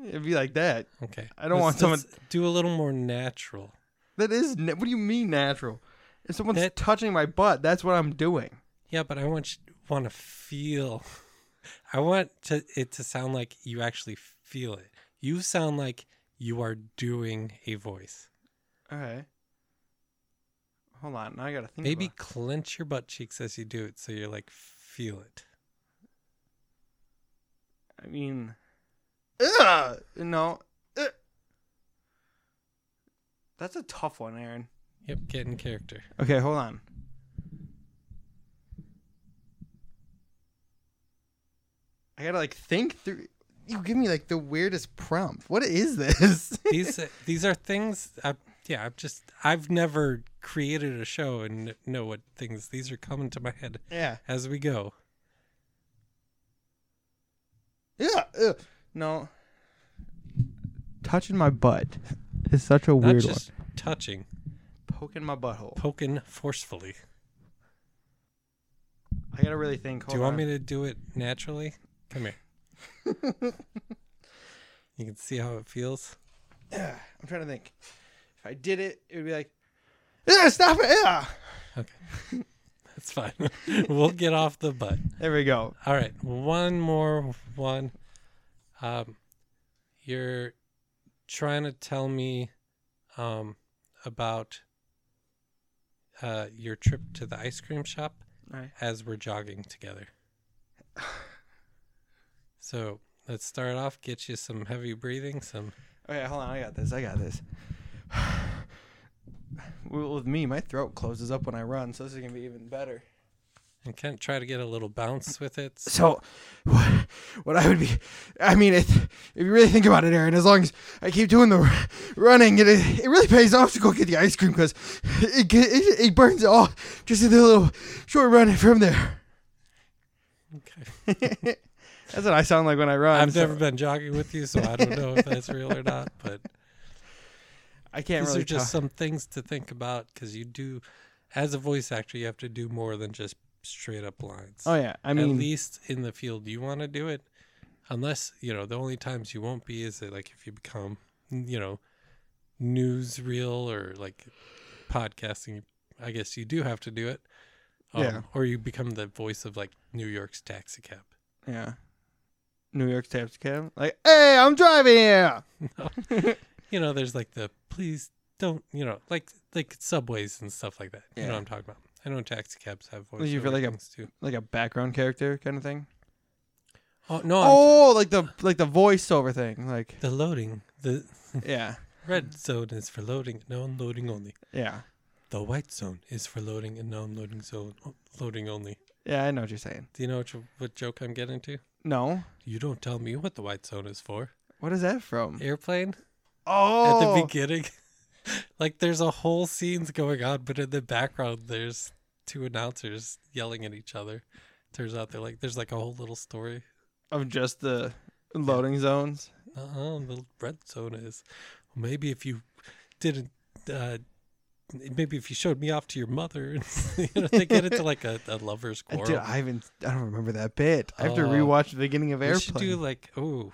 It'd be like that. Okay. I don't Let's- want someone- let's Do a little more natural. That is. Na- what do you mean natural? If someone's That- touching my butt, that's what I'm doing. Yeah, but I want you, want to feel. I want to it to sound like you actually feel it. You sound like you are doing a voice. Okay. Hold on. Now I gotta think. Maybe about- clench your butt cheeks as you do it, so you're like feel it. I mean. Ugh! No. Ugh. That's a tough one, Aaron. Yep, get in character. Okay, hold on. I gotta like think through. You give me like the weirdest prompt. What is this? These uh, these are things. I, yeah, I've just I've never created a show and know what things. These are coming to my head yeah. as we go. Yeah. Ugh. No. Touching my butt is such a Not weird just touching, one. Poking my butthole. poking forcefully. I gotta really think. Hold do you want on. me to do it naturally? Come here. you can see how it feels. Yeah, I'm trying to think. If I did it, it would be like, yeah, stop it. Yeah. That's fine. we'll get off the butt. There we go. All right, one more one. Um, you're trying to tell me um, about uh, your trip to the ice cream shop All right. as we're jogging together. So let's start off. Get you some heavy breathing. Some Okay, hold on. I got this. I got this. Well, With me, my throat closes up when I run, so this is gonna be even better. and kind of try to get a little bounce with it. So, what, what I would be, I mean, if, if you really think about it, Aaron, as long as I keep doing the r- running, it it really pays off to go get the ice cream because it, ge- it it burns it all just in the little short run from there. Okay. That's what I sound like when I run. I've never been jogging with you, so I don't know if that's real or not. But I can't these really are just tell. some things to think about because you do, as a voice actor, you have to do more than just straight up lines. Oh yeah, I At mean, least in the field you want to do it, unless you know the only times you won't be is that, like if you become, you know, newsreel or like podcasting. I guess you do have to do it. um, Yeah. Or you become the voice of like New York's taxi cab. yeah. New York Times cam, like, hey, I'm driving here. you know, there's like the please don't, you know, like like subways and stuff like that. You know Yeah. what I'm talking about. I know taxi cabs have voice. Like you feel like a- too. Like a background character kind of thing. Oh no, I'm- Oh, like the like the voiceover thing, like the loading. The yeah, red zone is for loading, no unloading only. yeah, The white zone is for loading and no unloading zone loading only. yeah. I know what you're saying. Do you know what, jo- what joke I'm getting to? No. You don't tell me what the white zone is for. What is that from? Airplane Oh, at the beginning. like there's a whole scenes going on, but in the background there's two announcers yelling at each other. Turns out they're like there's like a whole little story. of just the loading zones. Uh-uh, the red zone is maybe if you didn't uh maybe if you showed me off to your mother you know, they get into like a, a lover's I, quarrel. Uh, dude, I haven't. I don't remember that bit. I have to Oh. rewatch the beginning of we should do Airplane. like oh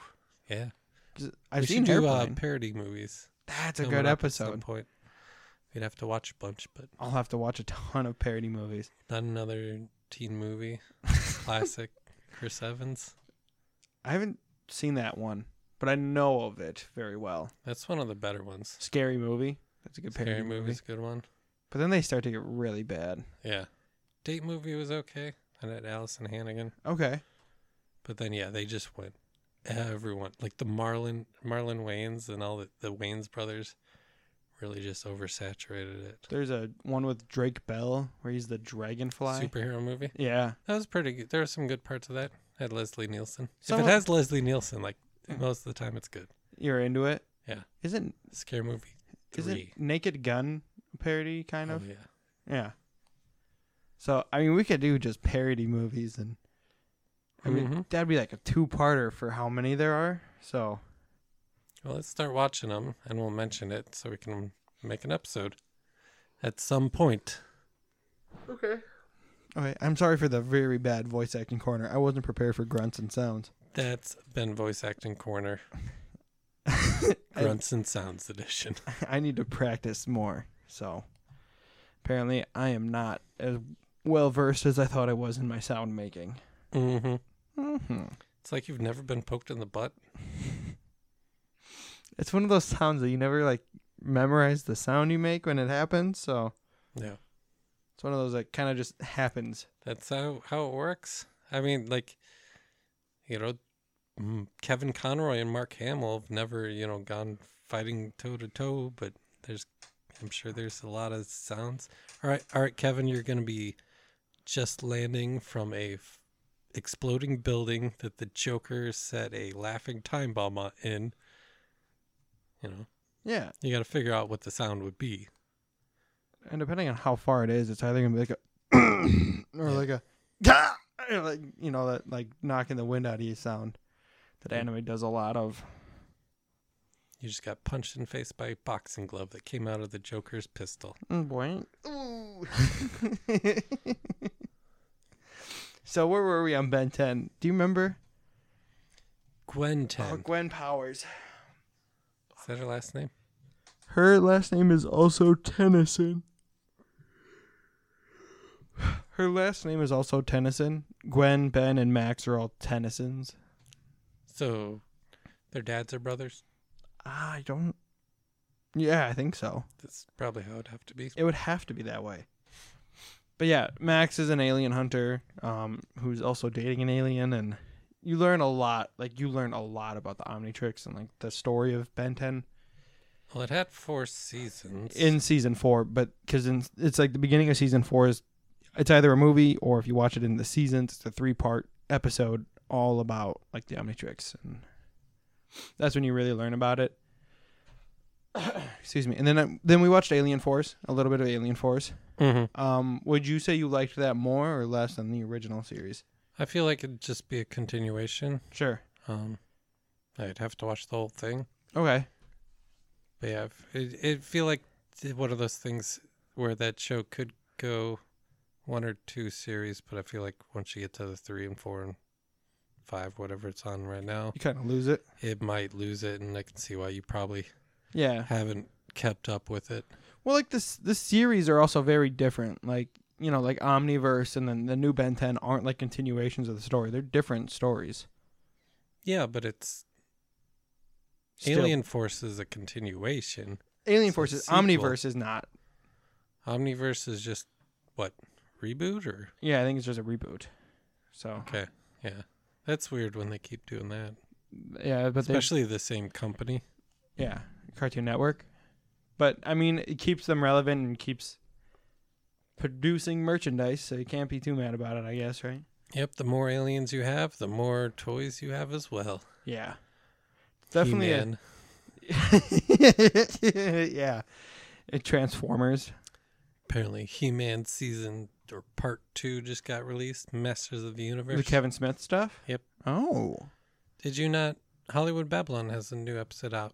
yeah. Just- I've we seen should do uh, Airplane. parody movies. That's a coming good up at some episode. point. We'd have to watch a bunch, but I'll have to watch a ton of parody movies. not another teen movie. Classic Chris Evans. I haven't seen that one, but I know of it very well. That's one of the better ones. Scary movie. That's a good parody Scary movie. movie's a good one. But then they start to get really bad. Yeah. Date movie was okay. And at Allison Hannigan. Okay. But then yeah, they just went everyone like the Marlon Marlon Wayans and all the, the Wayans brothers really just oversaturated it. There's a one with Drake Bell where he's the dragonfly. Superhero movie. Yeah. That was pretty good. There were some good parts of that. Had Leslie Nielsen. if Someone- it has Leslie Nielsen, like Mm. most of the time it's good. You're into it? Yeah. Isn't Scary movie isn't three. Naked Gun a parody kind Oh, of? yeah. Yeah. So I mean we could do just parody movies and I mean Mhm. that'd be like a two parter for how many there are. So Well, let's start watching them and we'll mention it so we can make an episode at some point. Okay. Okay. I'm sorry for the very bad voice acting corner. I wasn't prepared for grunts and sounds. That's Ben Voice Acting Corner, I, Grunts and Sounds Edition. I need to practice more. So apparently I am not as well versed as I thought I was in my sound making. hmm Mm-hmm. It's like you've never been poked in the butt. It's one of those sounds that you never like memorize the sound you make when it happens. So Yeah. it's one of those that kind of just happens. That's how, how it works. I mean, like, you know, mm, Kevin Conroy and Mark Hamill have never, you know, gone fighting toe to toe, but there's I'm sure there's a lot of sounds. All right, all right, Kevin, you're going to be just landing from a f- exploding building that the Joker set a laughing time bomb on- in. You know, Yeah, you got to figure out what the sound would be. and depending on how far it is, it's either gonna be like a or like a or like you know that like knocking the wind out of you sound that anime does a lot of. You just got punched in the face by a boxing glove that came out of the Joker's pistol. Mm, boy. Ooh. so where were we on Ben Ten? Do you remember? Gwen Oh, 10. Gwen Powers. Is that her last name? Her last name is also Tennyson. Her last name is also Tennyson. Gwen, Ben, and Max are all Tennysons. So their dads are brothers? I don't. Yeah, I think so. That's probably how it'd have to be. It would have to be that way. But yeah, Max is an alien hunter um, who's also dating an alien, and you learn a lot. Like you learn a lot about the Omnitrix and like the story of Ben Ten Well, it had four seasons. in season four. But because it's like the beginning of season four is, it's either a movie or if you watch it in the seasons, it's a three part episode all about like the Omnitrix, and that's when you really learn about it. Excuse me. And then I, then we watched Alien Force, a little bit of Alien Force. hmm Um, would you say you liked that more or less than the original series? I feel like it'd just be a continuation. Sure. Um, I'd have to watch the whole thing. Okay. But yeah, it it feel like one of those things where that show could go one or two series, but I feel like once you get to the three and four and five, whatever it's on right now, You kind of lose it. it might lose it, and I can see why you probably Yeah. haven't kept up with it. Well, like this, the series are also very different. Like you know, like Omniverse and then the new Ben Ten aren't like continuations of the story. They're different stories. Yeah, but it's Still. Alien Force is a continuation. Alien it's a Forces, sequel. Omniverse is not. Omniverse is just what reboot or Yeah, I think it's just a reboot. So okay, yeah, that's weird when they keep doing that, yeah, but they especially the same company. yeah, Cartoon Network. But I mean, it keeps them relevant and keeps producing merchandise, so you can't be too mad about it, I guess, right? Yep, the more aliens you have, the more toys you have as well. Yeah. Definitely a- He-Man. yeah. It Transformers. Apparently, He-Man season or part two just got released. Masters of the Universe. The Kevin Smith stuff? Yep. Oh. Did you not? Hollywood Babylon has a new episode out.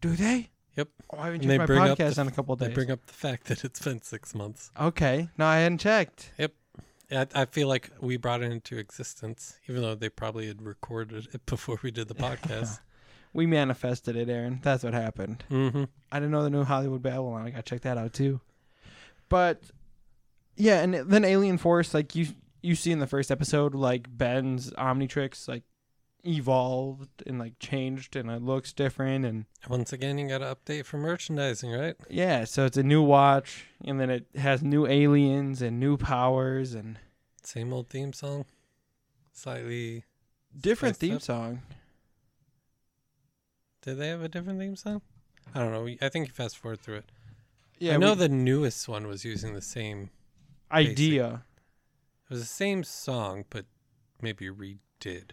Do they? Yep. Oh, I haven't And they checked my bring up podcast the- in a couple They days. bring up the fact that it's been six months. okay. No, I hadn't checked. I, I feel like we brought it into existence, even though they probably had recorded it before we did the podcast. We manifested it, Aaron. That's what happened. mm-hmm. I didn't know the new Hollywood Babylon. I gotta check that out too. But yeah, and then Alien Force, like you you see in the first episode, like Ben's Omnitrix like evolved and like changed and it looks different and Once again, you got to update for merchandising, right? Yeah, so it's a new watch, and then it has new aliens and new powers and Same old theme song, slightly. different Spiced theme up. song. Did they have a different theme song? I don't know. I think you fast forward through it. Yeah, I know we- the newest one was using the same. idea. It was the same song, but maybe redid.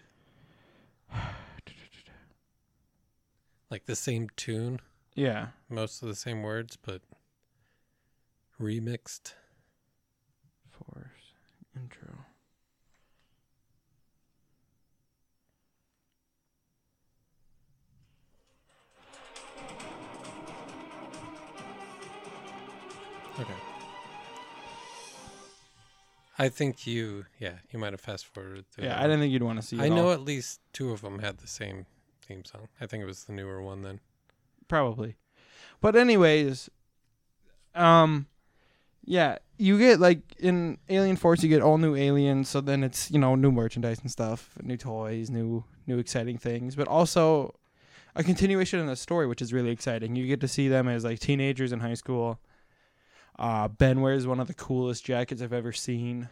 Like the same tune, Yeah, most of the same words, but remixed. force intro. Okay. I think you, yeah, you might have fast forwarded. through Yeah, that I one. didn't think you'd want to see. It I know all. at least two of them had the same theme song. I think it was the newer one then. probably, but anyways, um, yeah, you get like in Alien Force, you get all new aliens. So then it's you know new merchandise and stuff, new toys, new new exciting things, but also a continuation of the story, which is really exciting. You get to see them as like teenagers in high school. Uh, ben wears one of the coolest jackets I've ever seen.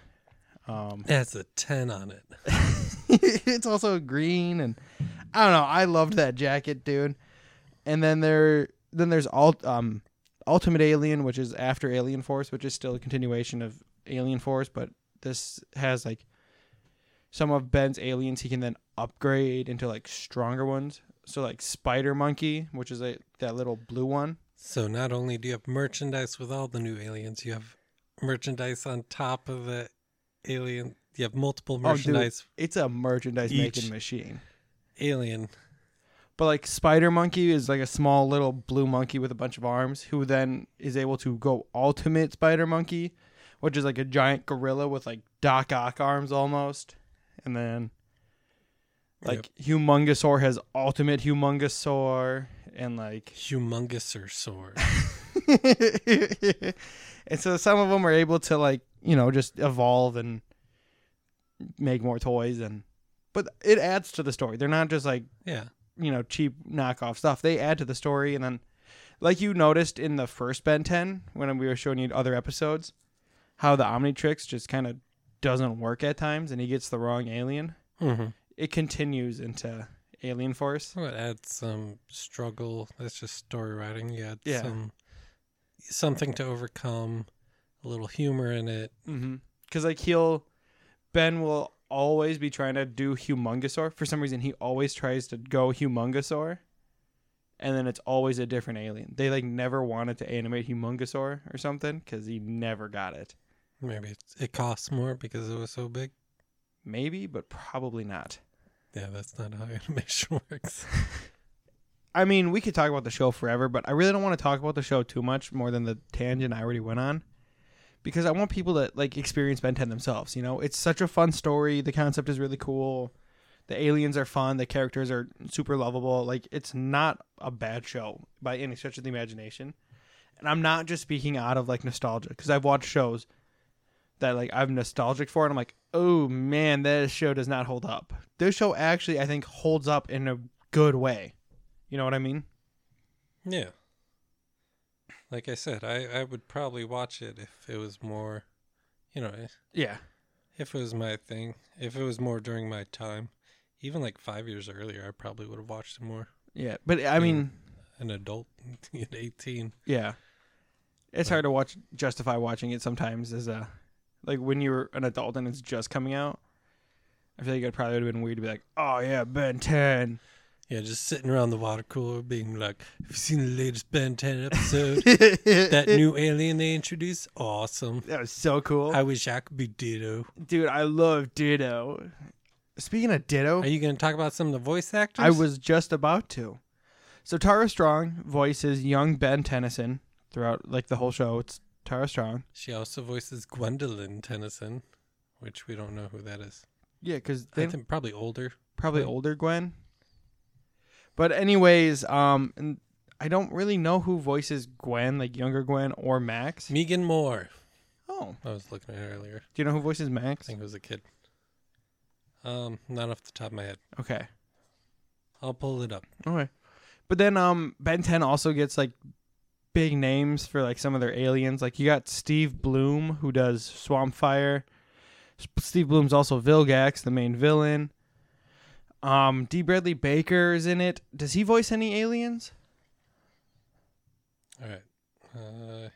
Um, It has a 10 on it. it's also green, and I don't know. I loved that jacket, dude. And then there, then there's all um, Ultimate Alien, which is after Alien Force, which is still a continuation of Alien Force, but this has like some of Ben's aliens he can then upgrade into like stronger ones. So like Spider Monkey, which is a, that little blue one. So not only do you have merchandise with all the new aliens, you have merchandise on top of the alien. You have multiple Oh, dude. merchandise It's a merchandise Each. making machine. alien. But like Spider Monkey is like a small little blue monkey with a bunch of arms who then is able to go ultimate Spider Monkey, which is like a giant gorilla with like Doc Ock arms almost. And then like Humongousaur has ultimate Humongousaur and like humongouser sword. and so some of them are able to like you know just evolve and make more toys and but it adds to the story they're not just like yeah. you know cheap knockoff stuff they add to the story and then like you noticed in the first ben 10 when we were showing you other episodes how the omnitrix just kind of doesn't work at times and he gets the wrong alien Mm-hmm. it continues into alien force Well, it adds some struggle. That's just story writing. You add Yeah. some something to overcome, a little humor in it. Mm-hmm. Because like he'll Ben will always be trying to do humongousaur. For some reason, he always tries to go humongousaur, and then it's always a different alien. They like never wanted to animate humongousaur or something because he never got it. Maybe it, it costs more because it was so big. Maybe, but probably not. Yeah, that's not how animation works. I mean, we could talk about the show forever, but I really don't want to talk about the show too much more than the tangent I already went on. Because I want people to like experience Ben 10 themselves, you know? It's such a fun story. The concept is really cool. The aliens are fun, the characters are super lovable. Like it's not a bad show by any stretch of the imagination. And I'm not just speaking out of like nostalgia because I've watched shows that like I'm nostalgic for and I'm like, "Oh man, this show does not hold up." This show actually I think holds up in a good way. You know what I mean? Yeah. Like I said, I, I would probably watch it if it was more, you know, Yeah. if it was my thing, if it was more during my time. Even like five years earlier, I probably would have watched it more. Yeah. But I mean, An adult at 18. yeah. It's Right. hard to watch justify watching it sometimes as a like when you're an adult and it's just coming out. I feel like it probably would have been weird to be like, "Oh yeah, Ben 10." Yeah, just sitting around the water cooler being like, Have you seen the latest Ben 10 episode? that that new alien they introduced? Awesome. That was so cool. I wish I could be Ditto. Dude, I love Ditto. Speaking of Ditto, Are you going to talk about some of the voice actors? I was just about to. So Tara Strong voices young Ben Tennyson throughout like the whole show. It's Tara Strong. She also voices Gwendolyn Tennyson, which we don't know who that is. Yeah, cuz I think probably older. probably Right. older Gwen. But anyways, um, and I don't really know who voices Gwen, like younger Gwen or Max. Megan Moore. Oh, I was looking at her earlier. do you know who voices I Max? think it was a kid. Um, not off the top of my head. Okay, I'll pull it up. okay. But then, um, Ben Ten also gets like big names for like some of their aliens. Like you got Steve Bloom who does Swampfire. Sp- Steve Bloom's also Vilgax, the main villain. Um, D. Bradley Baker is in it. Does he voice any aliens? All right. Uh,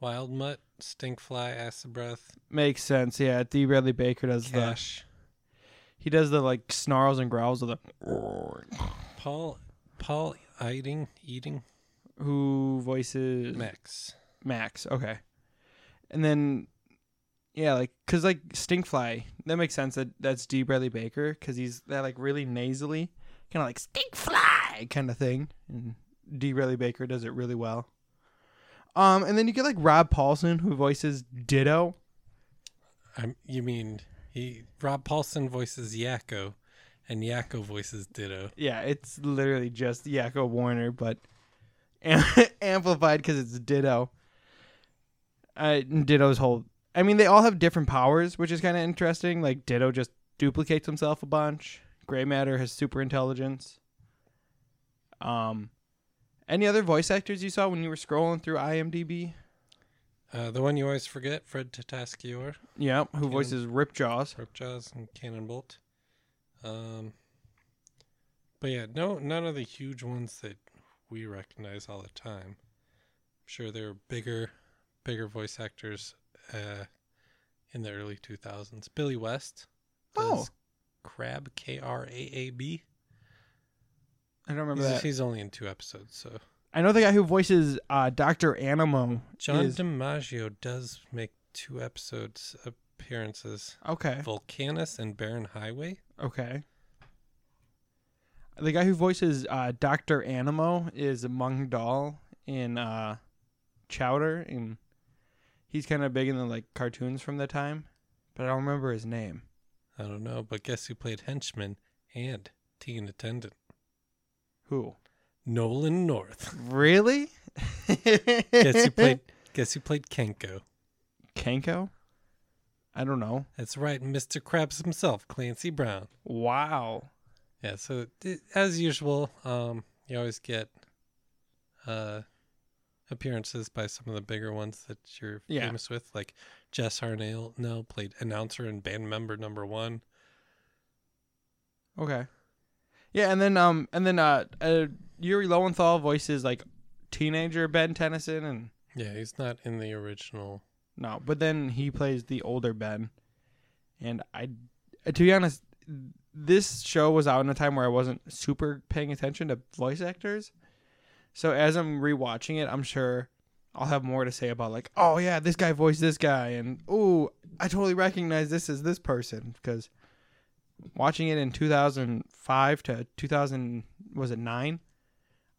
Wild Mutt, Stink Fly, Acid Breath, Makes sense. Yeah, D. Bradley Baker does the Cash. He does the like snarls and growls of the Paul Paul Eating Eating who voices Max. Max. Okay, and then yeah, like because like Stinkfly, that makes sense. That that's D. Bradley Baker because he's that like really nasally, kind of like Stinkfly kind of thing. And D. Bradley Baker does it really well. Um, and then you get like Rob Paulson who voices Ditto. i you mean he Rob Paulson voices Yakko and Yakko voices Ditto. Yeah, it's literally just Yakko Warner, but am- amplified because it's Ditto. Uh, Ditto's whole. I mean, they all have different powers, which is kind of interesting. Like Ditto just duplicates himself a bunch. Gray Matter has super intelligence. Um, any other voice actors you saw when you were scrolling through IMDb? Uh, the one you always forget, Fred Tatasciore, Yeah, who voices Ripjaws? Ripjaws, and Cannon Bolt. Um, but yeah, no, none of the huge ones that we recognize all the time. sure there were bigger, bigger voice actors uh, in the early 2000s. Billy West. Oh. does Crab, K R A A B. I don't remember He's, that. he's only in two episodes, so. I know the guy who voices uh, Doctor Animo. John is- DiMaggio does make two episodes appearances okay. Volcanus and Barren Highway. Okay. The guy who voices uh, Doctor Animo is Mung Dahl in uh, Chowder, and he's kind of big in the like cartoons from the time, but I don't remember his name. I don't know, but guess who played henchman and teen attendant? Who? Nolan North. Really? guess who played guess who played Kenko? Kenko? I don't know. That's right, Mr. Krabs himself, Clancy Brown. Wow. Yeah, so th- as usual, um, you always get uh, appearances by some of the bigger ones that you're Yeah. famous with, like Jess Harnell now played announcer and band member number one. Okay. Yeah, and then um, and then uh, uh Yuri Lowenthal voices like teenager Ben Tennyson, and Yeah, he's not in the original. no, but then he plays the older Ben, and I, uh, to be honest, this show was out in a time where I wasn't super paying attention to voice actors, so as I'm rewatching it, I'm sure I'll have more to say about like, oh yeah, this guy voiced this guy, and oh, I totally recognize this as this person because watching it in 2005 to 2000 was it nine,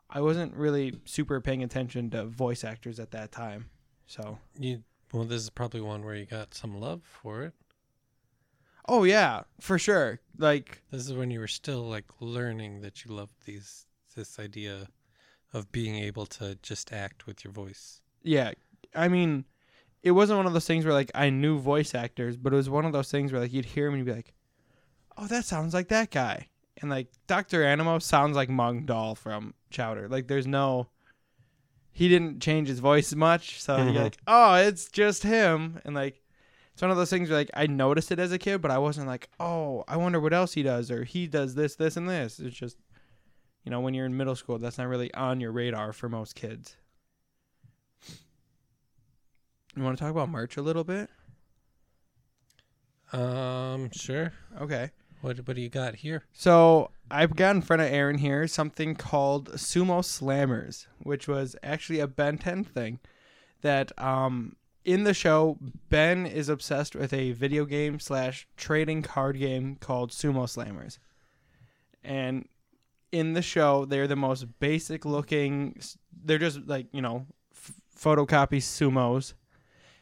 I wasn't really super paying attention to voice actors at that time, so. You well, this is probably one where you got some love for it. Oh yeah, for sure. Like This is when you were still like learning that you loved these this idea of being able to just act with your voice. yeah, I mean, it wasn't one of those things where like I knew voice actors, but it was one of those things where like you'd hear him and you'd be like, "Oh, that sounds like that guy," and like Doctor Animo sounds like Mung Doll from Chowder. Like there's no, he didn't change his voice much, so Mhm. you're like, "Oh, it's just him," and like. It's one of those things where like I noticed it as a kid, but I wasn't like, oh, I wonder what else he does or he does this, this, and this. It's just, you know, when you're in middle school, that's not really on your radar for most kids. You want to talk about merch a little bit? Um, sure. Okay. What what do you got here? So I've got in front of Aaron here something called Sumo Slammers, which was actually a Ben 10 thing that um, in the show, Ben is obsessed with a video game slash trading card game called Sumo Slammers. And in the show, they're the most basic looking, they're just like, you know, f- photocopy sumos.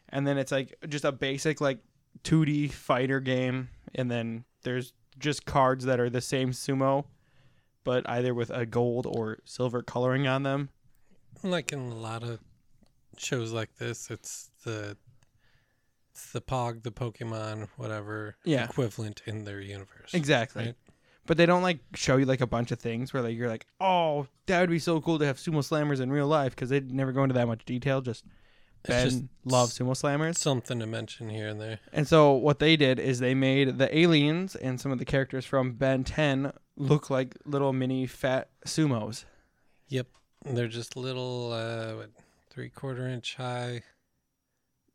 And then it's like just a basic, like, 2D fighter game. And then there's just cards that are the same sumo, but either with a gold or silver coloring on them. Like in a lot of shows like this, it's the it's the Pog, the Pokemon, whatever Yeah. equivalent in their universe. Exactly. Right. But they don't like show you like a bunch of things where like you're like, oh, that would be so cool to have sumo slammers in real life because they never go into that much detail. Just It's Ben just loves sumo slammers. Something to mention here and there. And so what they did is they made the aliens and some of the characters from Ben 10 look like little mini fat sumos. Yep. They're just little uh what, three quarter inch high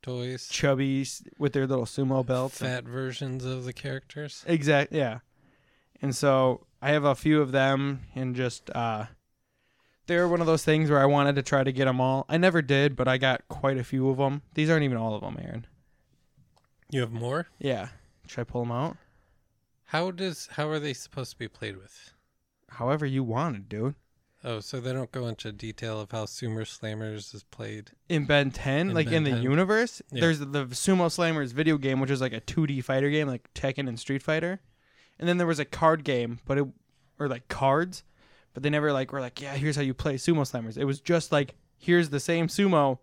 toys. Chubby s- with their little sumo belts. and- fat versions of the characters. Exact yeah. And so I have a few of them and just uh they're one of those things where I wanted to try to get them all. I never did, but I got quite a few of them. These aren't even all of them, Aaron. You have more? Yeah. Should I pull them out? How does how are they supposed to be played with? However you want it, dude. Oh, so they don't go into detail of how Sumer Slammers is played. In Ben 10, In like Ben in the 10. universe, Yeah. there's the Sumo Slammers video game, which is like a 2D fighter game, like Tekken and Street Fighter. And then there was a card game, but it or like cards, but they never like were like, yeah, here's how you play Sumo Slammers. It was just like here's the same sumo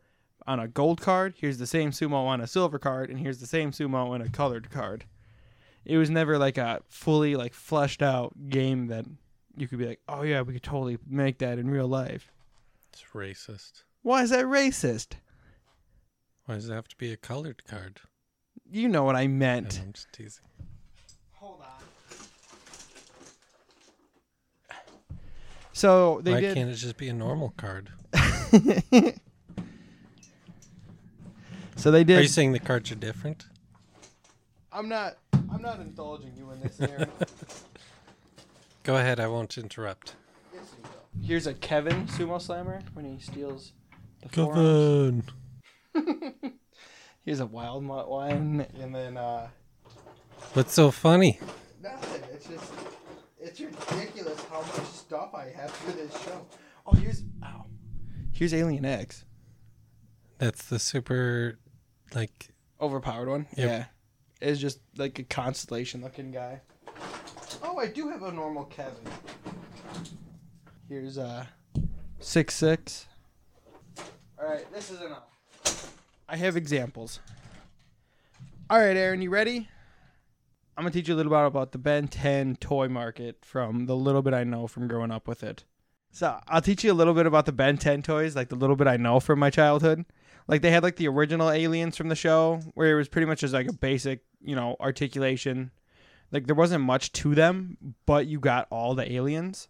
on a gold card, here's the same sumo on a silver card, and here's the same sumo on a colored card. It was never like a fully like fleshed out game that you could be like, oh yeah, we could totally make that in real life. It's racist. Why is that racist? Why does it have to be a colored card? You know what I No, meant. I'm just teasing. Hold on. So they Why did. can't it just be a normal card? So they Are you did. saying the cards are different? I'm not. I'm not indulging you in this, Aaron. Go ahead. I won't interrupt. Here's a Kevin sumo slammer when he steals the forearms. Kevin. Here's a wild mutt one, and then uh, What's so funny? Nothing. It's just it's ridiculous how much stuff I have for this show. Oh, here's ow. Here's Alien X. That's the super, like, Overpowered one. Yep. Yeah. It's just like a constellation looking guy. Oh, I do have a normal Kevin. Here's uh six six. Alright, this is enough. I have examples. Alright, Aaron, you ready? I'm gonna teach you a little bit about the Ben 10 toy market from the little bit I know from growing up with it. So I'll teach you a little bit about the Ben 10 toys, like the little bit I know from my childhood. Like they had like the original aliens from the show, where it was pretty much just like a basic, you know, articulation. Like there wasn't much to them, but you got all the aliens.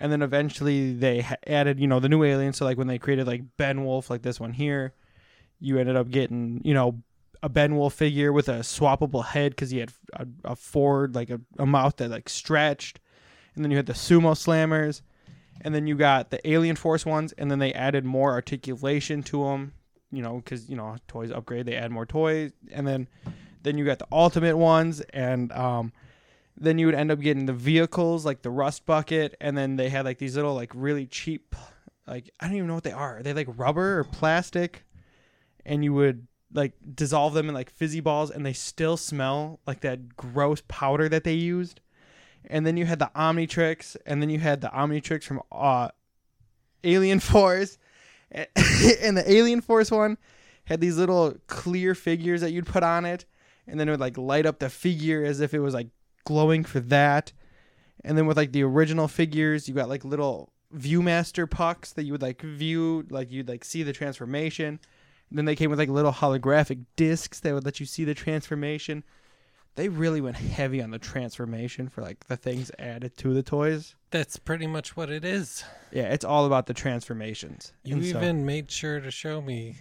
And then eventually they ha- added, you know, the new aliens. So like when they created like Ben Wolf, like this one here, you ended up getting, you know, a Ben Wolf figure with a swappable head because he had a, a forward, like a, a mouth that like stretched. And then you had the sumo slammers. And then you got the Alien Force ones. And then they added more articulation to them, you know, because, you know, toys upgrade, they add more toys. And then then you got the ultimate ones. And um, then you would end up getting the vehicles, like the Rust Bucket. And then they had like these little, like really cheap, like, I don't even know what they are. Are they like rubber or plastic? and you would like dissolve them in like fizzy balls and they still smell like that gross powder that they used and then you had the omnitrix and then you had the omnitrix from uh, alien force and and the alien force one had these little clear figures that you'd put on it and then it would like light up the figure as if it was like glowing for that and then with like the original figures you got like little viewmaster pucks that you would like view like you'd like see the transformation then they came with like little holographic discs that would let you see the transformation. They really went heavy on the transformation for like the things added to the toys. That's pretty much what it is. Yeah, it's all about the transformations. You And so- even made sure to show me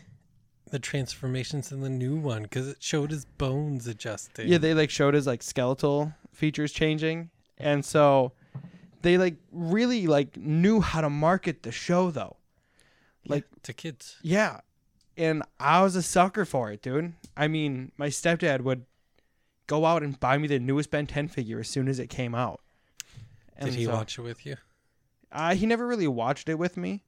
the transformations in the new one because it showed his bones adjusting. yeah, they like showed his like skeletal features changing, and so they like really like knew how to market the show though. like- to kids. Yeah. And I was a sucker for it, dude. I mean, my stepdad would go out and buy me the newest Ben 10 figure as soon as it came out. Did he so- watch it with you? Uh, he never really watched it with me.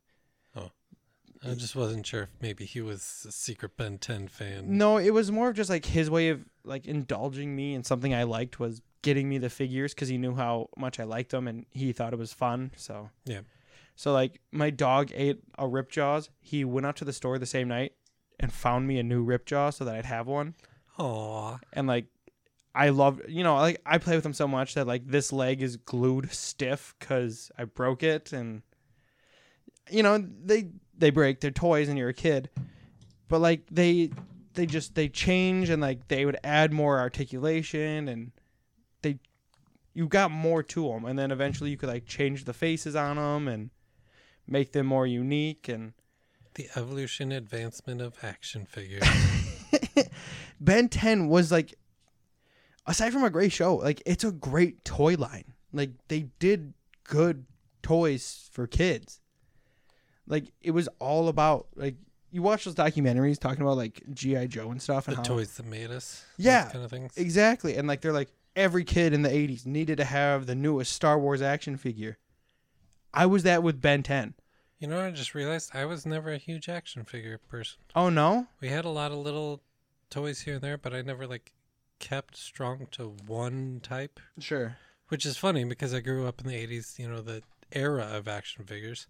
I just wasn't sure if maybe he was a secret Ben 10 fan. No, it was more of just like his way of like indulging me in something I liked was getting me the figures because he knew how much I liked them and he thought it was fun. So Yeah. So like my dog ate a rip jaws. He went out to the store the same night and found me a new rip jaw so that I'd have one. Aw. and like I love you know like I play with him so much that like this leg is glued stiff because I broke it and you know they they break their toys and you're a kid but like they they just they change and like they would add more articulation and they you got more to them and then eventually you could like change the faces on them and make them more unique and The evolution advancement of action figures. Ben 10 was like aside from a great show, like it's a great toy line. Like they did good toys for kids. Like it was all about like you watch those documentaries talking about like GI Joe and stuff the and how toys that made us. those Yeah, Kind of things. Exactly. And like they're like every kid in the 80s needed to have the newest Star Wars action figure. I was that with Ben 10. You know what I just realized? I was never a huge action figure person. Oh no? We had a lot of little toys here and there, but I never like kept strong to one type, Sure. which is funny because I grew up in the 80s, you know, the era of action figures.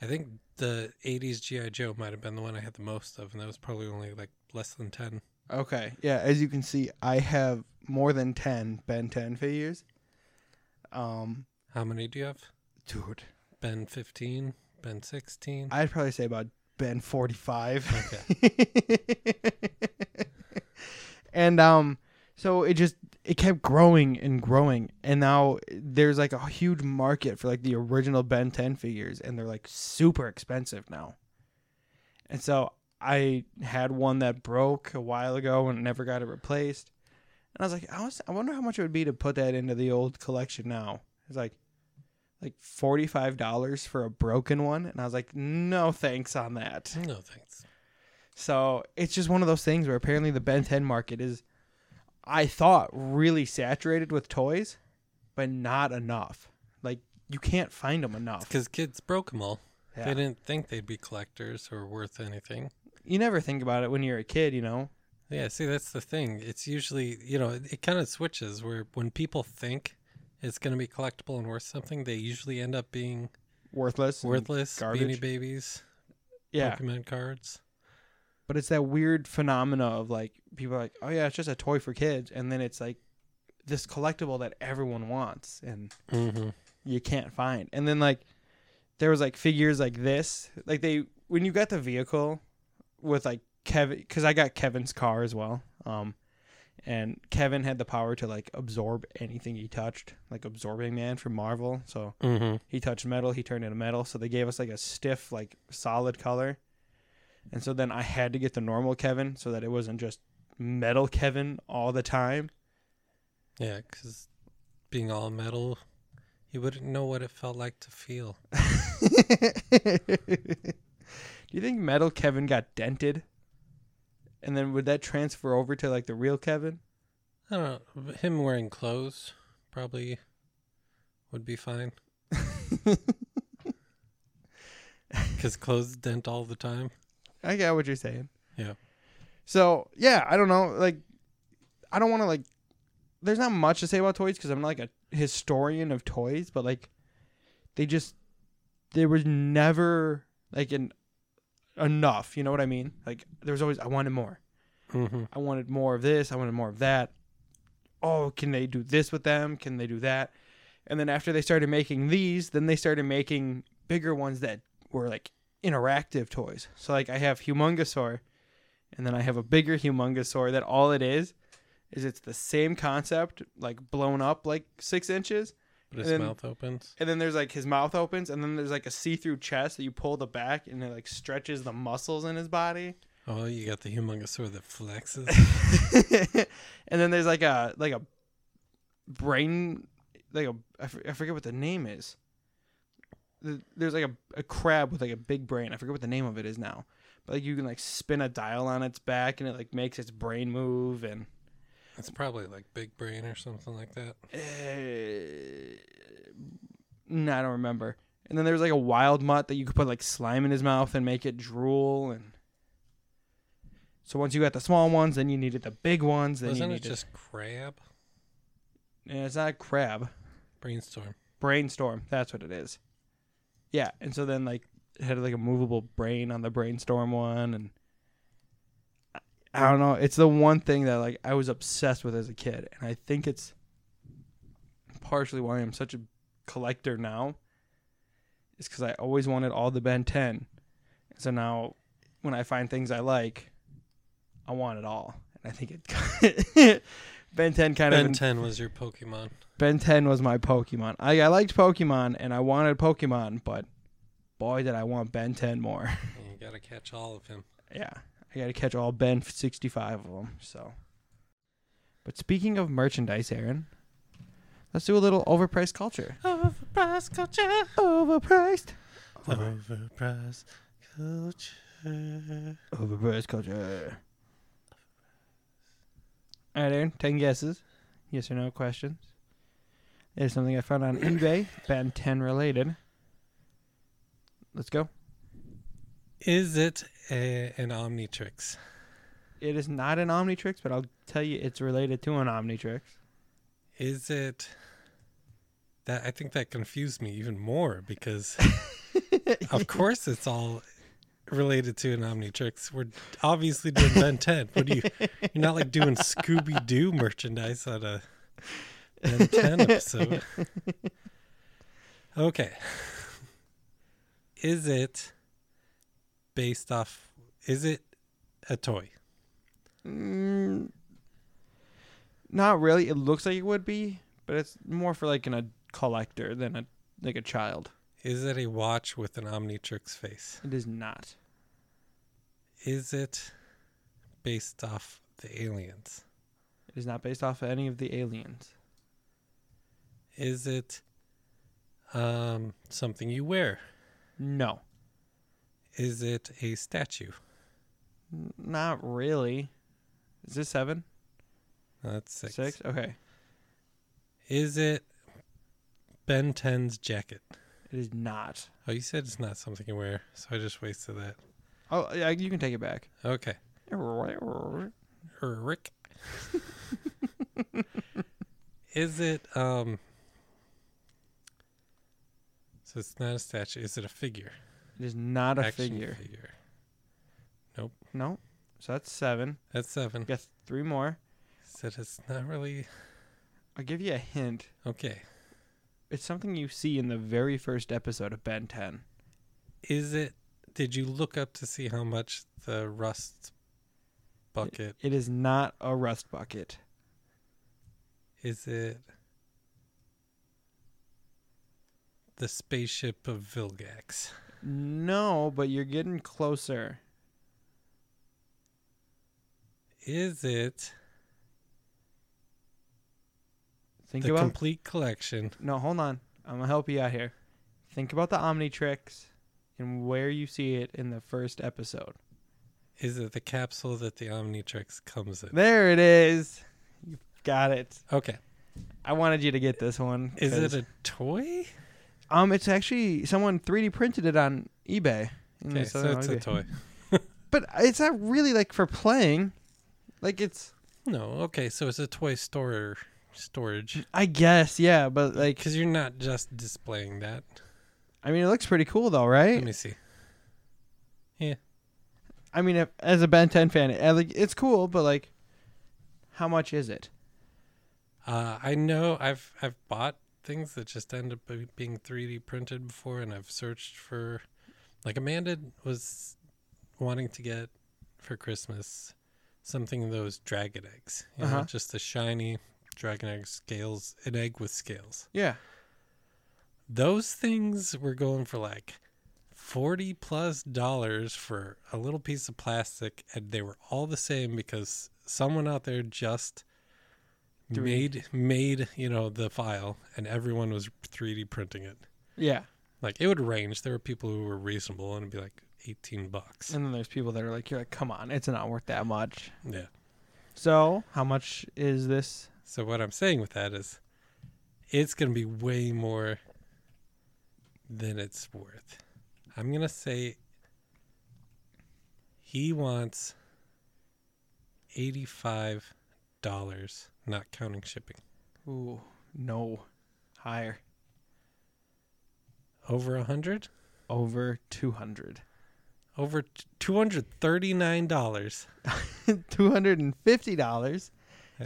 I think the 80s GI Joe might have been the one I had the most of, and that was probably only like less than 10. Okay. Yeah, as you can see, I have more than 10 Ben 10 figures. Um How many do you have? dude, Ben 15, Ben 16. I'd probably say about Ben 45. Okay. and um so it just it kept growing and growing and now there's like a huge market for like the original Ben 10 figures and they're like super expensive now. And so I had one that broke a while ago and never got it replaced. And I was like, I was, I wonder how much it would be to put that into the old collection now. It's like, like forty five dollars for a broken one, and I was like, no thanks on that. No thanks. So it's just one of those things where apparently the Ben 10 market is, I thought, really saturated with toys, but not enough. Like you can't find them enough. Because kids broke them all. Yeah. They didn't think they'd be collectors or worth anything. You never think about it when you're a kid, you know. Yeah, see, that's the thing. It's usually, you know, it, it kind of switches where when people think it's going to be collectible and worth something, they usually end up being Worthless. and worthless garbage. Beanie Babies, Yeah, Pokemon cards. but it's that weird phenomena of like people are like, oh yeah, it's just a toy for kids, and then it's like this collectible that everyone wants, and Mm-hmm. you can't find. And then like there was like figures like this, like they when you got the vehicle with like Kevin, because I got Kevin's car as well. Um, and Kevin had the power to like absorb anything he touched, like absorbing man from Marvel. So Mm-hmm. he touched metal, he turned into metal. So they gave us like a stiff, like solid color. And so then I had to get the normal Kevin so that it wasn't just metal Kevin all the time. Yeah, because being all metal, you wouldn't know what it felt like to feel. Do you think metal Kevin got dented? And then would that transfer over to like the real Kevin? I don't know. Him wearing clothes probably would be fine. Because clothes dent all the time. I get what you're saying. Yeah. So yeah, I don't know. Like, I don't want to like. There's not much to say about toys because I'm not like a historian of toys, but like, they just there was never like an enough. You know what I mean? Like, there was always I wanted more. Mm-hmm. I wanted more of this. I wanted more of that. Oh, can they do this with them? Can they do that? And then after they started making these, then they started making bigger ones that were like interactive toys. So like I have Humungosaur, and then I have a bigger Humungosaur that all it is is it's the same concept, like blown up like six inches. But his And then- mouth opens. And then there's like his mouth opens, and then there's like a see-through chest that you pull the back, and it like stretches the muscles in his body. Oh, you got the humongous sword that flexes. and then there's like a like a brain like a I for- I forget what the name is. Th- There's like a, a crab with like a big brain. I forget what the name of it is now. But like you can like spin a dial on its back and it like makes its brain move and it's probably like Big Brain or something like that. eh, no, I don't remember. And then there's like a wild mutt that you could put like slime in his mouth and make it drool and so once you got the small ones, then you needed the big ones. Then Wasn't you it needed just crab? And it's not crab. Brainstorm. Brainstorm. That's what it is. Yeah. And so then like it had like a movable brain on the brainstorm one and I- I don't know. It's the one thing that like I was obsessed with as a kid, and I think it's partially why I'm such a collector now. Is because I always wanted all the Ben 10, so now when I find things I like, I want it all, and I think it Ben 10 kind of Ben 10 was your Pokemon. Ben 10 was my Pokemon. I, I liked Pokemon and I wanted Pokemon, but boy, did I want Ben 10 more. And you got to catch all of him. yeah, I got to catch all Ben 65 of them. So, but speaking of merchandise, Aaron, let's do a little overpriced culture. Overpriced culture. Overpriced. Overpriced culture. Overpriced culture. All right, Aaron, 10 guesses. Yes or no questions. There's something I found on eBay, Ben 10 related. Let's go. Is it a, an Omnitrix? It is not an Omnitrix, but I'll tell you it's related to an Omnitrix. Is it that I think that confused me even more because of course it's all related to an Omnitrix. We're obviously doing Ben 10. What do you you're not like doing Scooby Doo merchandise on a Ben 10 episode. Okay. Is it based off is it a toy? Mm, not really. It looks like it would be, but it's more for like an, a collector than a like a child. Is it a watch with an Omnitrix face? It is not. is it based off the aliens? It is not based off of any of the aliens. Is it um, something you wear? No, Is it a statue? N- not really. Is this seven? That's six. Six? Okay. Is it Ben 10's jacket? It is not. Oh, you said it's not something you wear, so I just wasted that. Oh, yeah, you can take it back. Okay. No, Rick. is it um so it's not a statue, is it a figure? it is not a Action figure. figure. No. So that's seven. That's seven. Got three more. Said it's not really I'll give you a hint. okay. It's something you see in the very first episode of Ben 10. Is it did you look up to see how much the rust bucket It is not a rust bucket. Is it the spaceship of Vilgax? No, but you're getting closer. Is it Think the about complete collection? No, hold on. I'm gonna help you out here. Think about the Omnitrix and where you see it in the first episode. Is it the capsule that the Omnitrix comes in? There it is. You got it. Okay. I wanted you to get this one. Is it 'cause- a toy? Um, it's actually someone 3D printed it on eBay. And they Okay, sold so it on it's a eBay. toy. But it's not really like for playing. Like it's, No, okay, so it's a toy store storage. I guess, yeah. But like, Because you're not just displaying that. I mean, it looks pretty cool though, right? Let me see. I mean, if, as a Ben 10 fan, I, like it's cool, but like, how much is it? Uh, I know I've I've bought things that just end up be- being 3D printed before, and I've searched for, like Amanda was wanting to get for Christmas something of those dragon eggs, you know, Uh-huh. just the shiny dragon egg scales, an egg with scales. Yeah. Those things were going for like. 40 plus dollars for a little piece of plastic and they were all the same because someone out there just Three- made made you know the file and everyone was 3d printing it Yeah. like it would range there were people who were reasonable and it'd be like 18 bucks And then there's people that are like, you're like, come on, it's not worth that much. yeah So, how much is this? so what i'm saying with that is it's going to be way more than it's worth i'm going to say he wants $85 not counting shipping Ooh, no. Higher. over a 100 Over 200. over t- $239 $250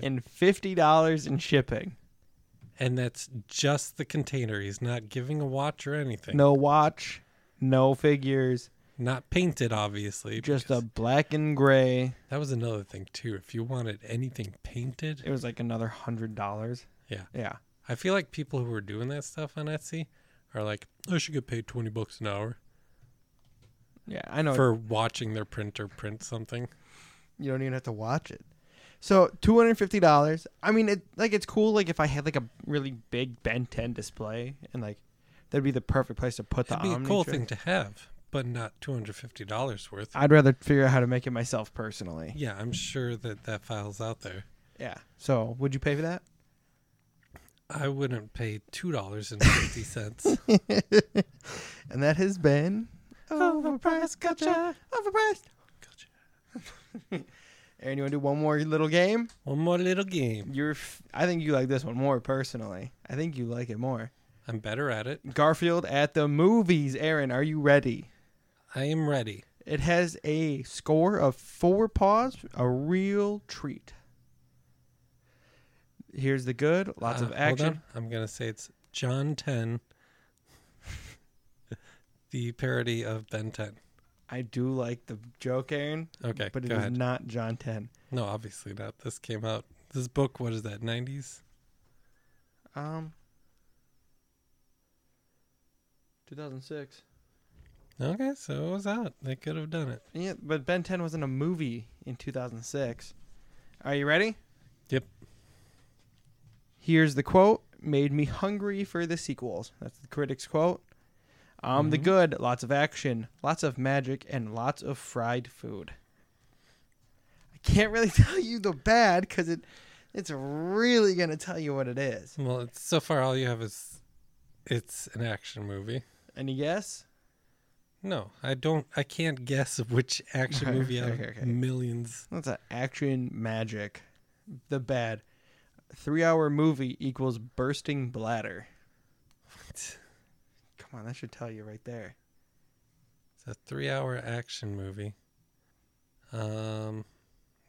and $50 in shipping. And that's just the container. He's not giving a watch or anything. No watch, no figures, Not painted, obviously. just because a black and gray. That was another thing, too. If you wanted anything painted, It was like another $100. Yeah. Yeah. I feel like people who are doing that stuff on Etsy are like, I should get paid 20 bucks an hour Yeah, I know. for watching their printer print something. you don't even have to watch it. So two hundred fifty dollars. I mean, it like it's cool. Like if I had like a really big Ben Ten display, and like that'd be the perfect place to put the. That'd be a Omnitrix. cool thing to have, but not $250 worth. I'd rather figure out how to make it myself personally. yeah, I'm sure that that file's out there. Yeah. So would you pay for that? I wouldn't pay $2.50. And that has been overpriced gotcha. Overpriced. Gotcha. Aaron, you want to do one more little game? One more little game. You're. F- I think you like this one more personally. I think you like it more. I'm better at it. Garfield at the movies. Aaron, are you ready? I am ready. It has a score of four paws, a real treat. Here's the good, lots Uh, of hold action. on. I'm gonna say it's John Ten, the parody of Ben Ten. I do like the joke, Aaron, Okay, but it go is ahead. not John 10. no, obviously not. This came out. This book. What is that? 90s. Um, 2006. Okay, so it was out. They could have done it. Yeah, but Ben 10 wasn't a movie in 2006. Are you ready? Yep. Here's the quote Made me hungry for the sequels. That's the critic's quote. I'm the Mhm. good, lots of action, lots of magic, and lots of fried food. I can't really tell you the bad because it, it's really going to tell you what it is. Well, it's, so far all you have is it's an action movie. Any guess? No, I don't. I can't guess which action Okay, movie out of okay, okay. millions. That's an action magic. The bad. Three hour movie equals bursting bladder. It's Come on, that should tell you right there. a three-hour action movie. Um,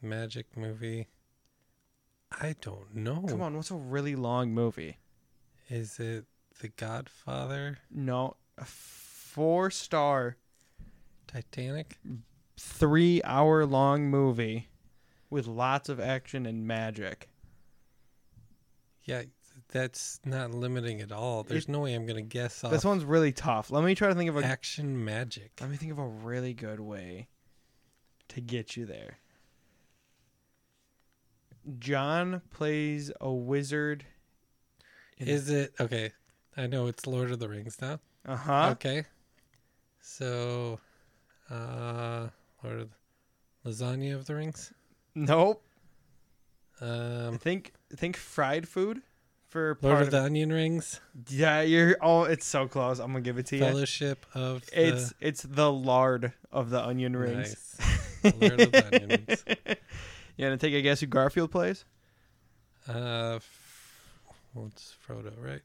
magic movie. I don't know. Come on, what's a really long movie? Is it The Godfather? No, a four star, Titanic? three hour long movie with lots of action and magic. Yeah, that's not limiting at all. There's no way I'm gonna guess off This one's really tough. Let me try to think of a action magic. let me think of a really good way to get you there. John plays a wizard. in- Is it okay? I know it's Lord of the Rings now. uh-huh. Okay. So, uh, Lord of the, Lasagna of the Rings. Nope. Um, think think fried food for Lord part of the Onion Rings. Yeah, you're oh, it's so close. I'm gonna give it to you. Fellowship of the. It's it's the lard of the onion rings. Nice. Lord of the Onion Rings. You gonna take a guess who Garfield plays? Uh, f- well, it's Frodo, right?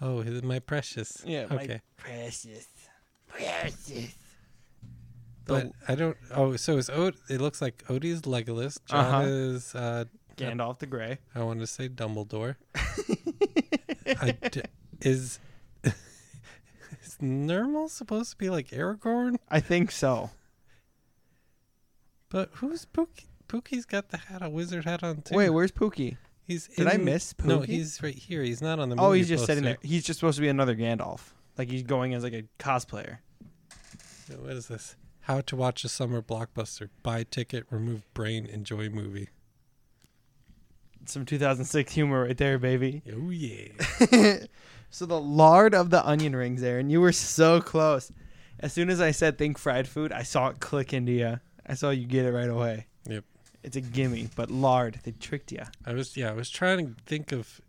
Oh, he- my precious. Yeah, my- Okay. Precious, precious. But I don't. Oh, so is Od- It looks like Odie's Legolas. John Uh-huh. is. Uh, Gandalf the Grey. I want to say Dumbledore. I d- is is Nermal supposed to be like Aragorn? I think so. But who's Pookie? Pookie's got the hat, a wizard hat on too. Wait, where's Pookie? he's Did I in- miss Pookie? No, he's right here. He's not on the. oh, movie he's just poster. sitting there. He's just supposed to be another Gandalf. Like he's going as like a cosplayer. What is this? How to watch a summer blockbuster? Buy ticket, remove brain, enjoy movie. Some 2006 humor right there, baby. Oh yeah. so the lard of the onion rings, Aaron. You were so close. As soon as I said think fried food, I saw it click into you. I saw you get it right away. Yep. It's a gimme, but lard, they tricked you. I was yeah. I was trying to think of.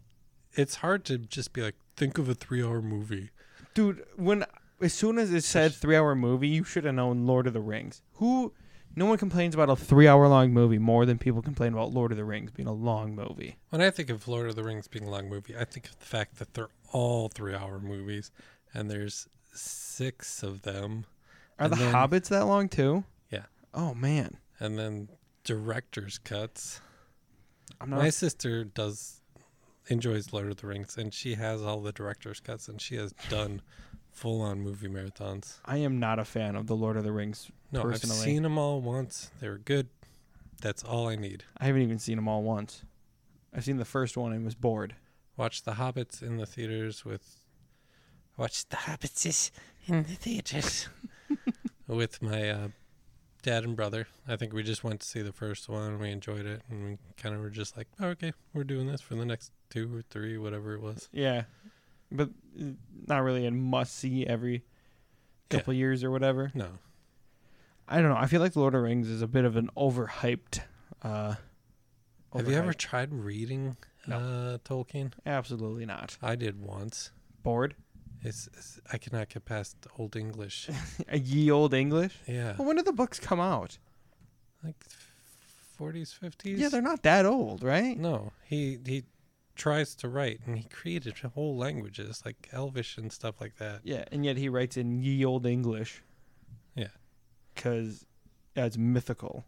It's hard to just be like think of a three-hour movie. Dude, when as soon as it said three hour movie, you should have known Lord of the Rings. Who no one complains about a three hour long movie more than people complain about Lord of the Rings being a long movie. When I think of Lord of the Rings being a long movie, I think of the fact that they're all three-hour movies, and there's six of them, Are And the then- Hobbits that long too? Yeah. Oh man. and then director's cuts. I'm My not sister does enjoys Lord of the Rings, and she has all the director's cuts, and she has done full-on movie marathons. I am not a fan of the Lord of the Rings No, Personally. I've seen them all once. They were good. That's all I need. I haven't even seen them all once. I've seen the first one and was bored. Watch The Hobbits in the theaters with. Watch The Hobbits in the theaters with my uh, dad and brother. I think we just went to see the first one. We enjoyed it, and we kind of were just like, oh, okay, we're doing this for the next two or three, whatever it was. Yeah, but uh, not really a must see every Yeah. couple years or whatever. No, I don't know. I feel like Lord of the Rings is a bit of an overhyped. Uh, have you ever overhyped- tried reading No. uh, Tolkien? Absolutely not. I did once. Bored. It's, it's I cannot get past Old English. A ye old English. Yeah, Well, when did the books come out? like forties, fifties. Yeah, they're not that old, right? No, he he tries to write, and he created whole languages like Elvish and stuff like that. Yeah, and yet he writes in ye old English. Yeah. Because that's mythical.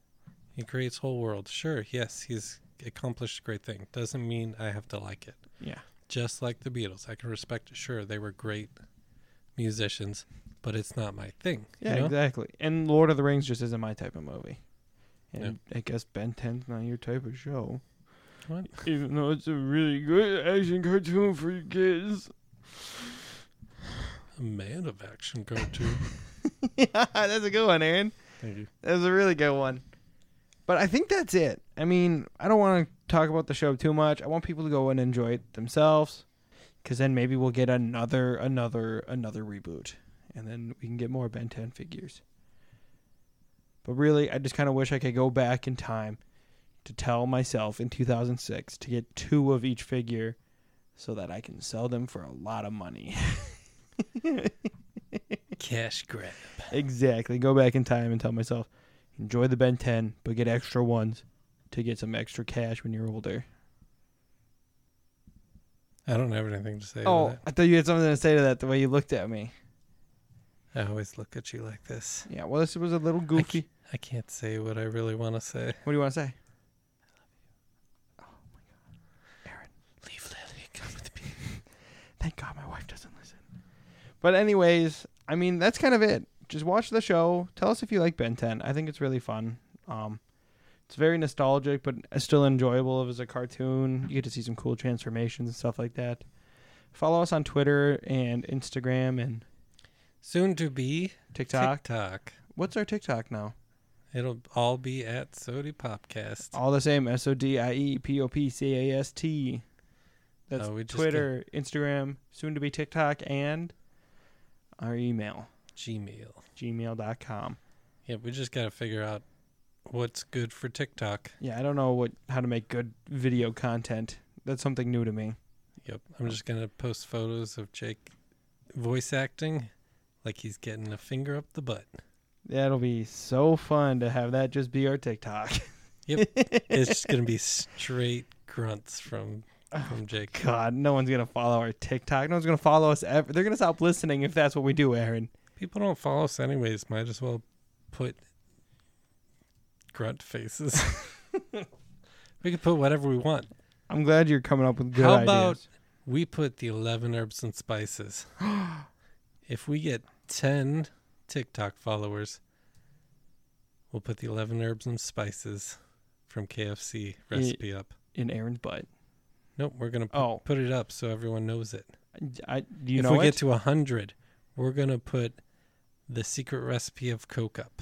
He creates whole worlds. Sure, yes, he's accomplished a great thing. Doesn't mean I have to like it. Yeah. Just like the Beatles, I can respect. Sure, they were great musicians, but it's not my thing. Yeah, you know? exactly. And Lord of the Rings just isn't my type of movie. And Yeah. I guess Ben 10's not your type of show. What? Even though it's a really good action cartoon for kids. A man of action cartoon. That's a good one, Aaron. Thank you. That was a really good one. But I think that's it. I mean, I don't want to talk about the show too much. I want people to go and enjoy it themselves, because then maybe we'll get another, another, another reboot, and then we can get more Ben 10 figures. But really, I just kind of wish I could go back in time to tell myself in 2006 to get two of each figure, so that I can sell them for a lot of money. Cash grab. Exactly. Go back in time and tell myself, enjoy the Ben 10, but get extra ones to get some extra cash when you're older. I don't have anything to say. to Oh, I thought you had something to say to that the way you looked at me. that. I always look at you like this. Yeah, well, this was a little I goofy. ca- I can't say what I really want to say. What do you want to say? Oh Leave Lily. Come with me. Thank God my wife doesn't listen. But, anyways, I mean, that's kind of it. Just watch the show. Tell us if you like Ben 10. I think it's really fun. Um, it's very nostalgic, but it's still enjoyable as a cartoon. You get to see some cool transformations and stuff like that. Follow us on Twitter and Instagram and Soon to be TikTok. TikTok. What's our TikTok now? It'll all be at Sody Popcast. All the same. S O D I E P O P C A S T. That's Oh, we just Twitter, Instagram, soon to be TikTok, and our email, Gmail. gmail.com. Yeah, we just got to figure out what's good for TikTok. Yeah, I don't know what how to make good video content. That's something new to me. Yep. I'm just going to post photos of Jake voice acting like he's getting a finger up the butt. That'll be so fun to have that just be our TikTok. It's just going to be straight grunts from from Jake. Oh, God, no one's gonna follow our TikTok. No one's gonna follow us ever. They're gonna stop listening if that's what we do, Aaron. People don't follow us anyways. Might as well put grunt faces. we could put whatever we want. I'm glad you're coming up with good How ideas. about- We put the 11 herbs and spices. if we get 10 TikTok followers, we'll put the 11 herbs and spices from KFC Ye- recipe up. in Aaron's butt? Nope, we're going to Oh, put it up so everyone knows it. I, do you if know we it? get to 100, we're going to put the secret recipe of Coke up.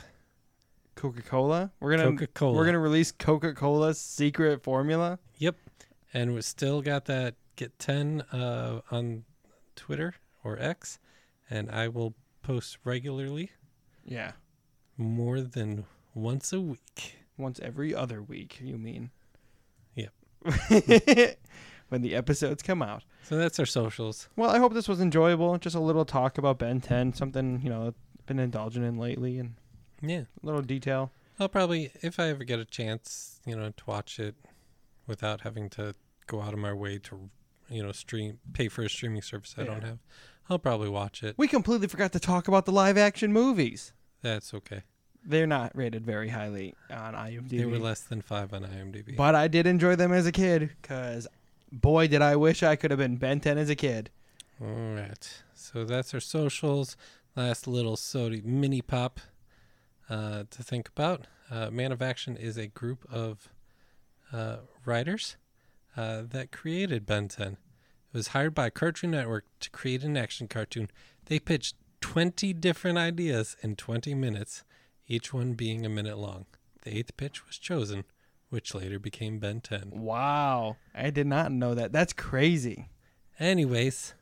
Coca Cola. We're gonna Coca Cola. we're gonna release Coca Cola's secret formula. Yep. And we still got that get 10 uh, on Twitter or X. And I will post regularly Yeah, more than once a week. once every other week. You mean? Yep. when the episodes come out. So that's our socials. Well, I hope this was enjoyable. Just a little talk about Ben 10, something you know I've been indulging in lately, and Yeah. a little detail. I'll probably, if I ever get a chance, you know, to watch it without having to go out of my way to, you know, stream, pay for a streaming service I don't Yeah. have, I'll probably watch it. We completely forgot to talk about the live action movies. That's okay. They're not rated very highly on IMDb. They were less than five on IMDb. But I did enjoy them as a kid, cause boy did I wish I could have been Ben 10 as a kid. All right. So that's our socials. Last little sody mini pop uh, to think about. Uh, Man of Action is a group of uh, writers uh, that created Ben 10. It was hired by Cartoon Network to create an action cartoon. They pitched 20 different ideas in 20 minutes, each one being a minute long. The eighth pitch was chosen, which later became Ben 10. Wow. I did not know that. That's crazy. Anyways,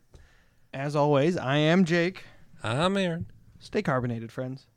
As always, I am Jake. I'm Aaron. Stay carbonated, friends.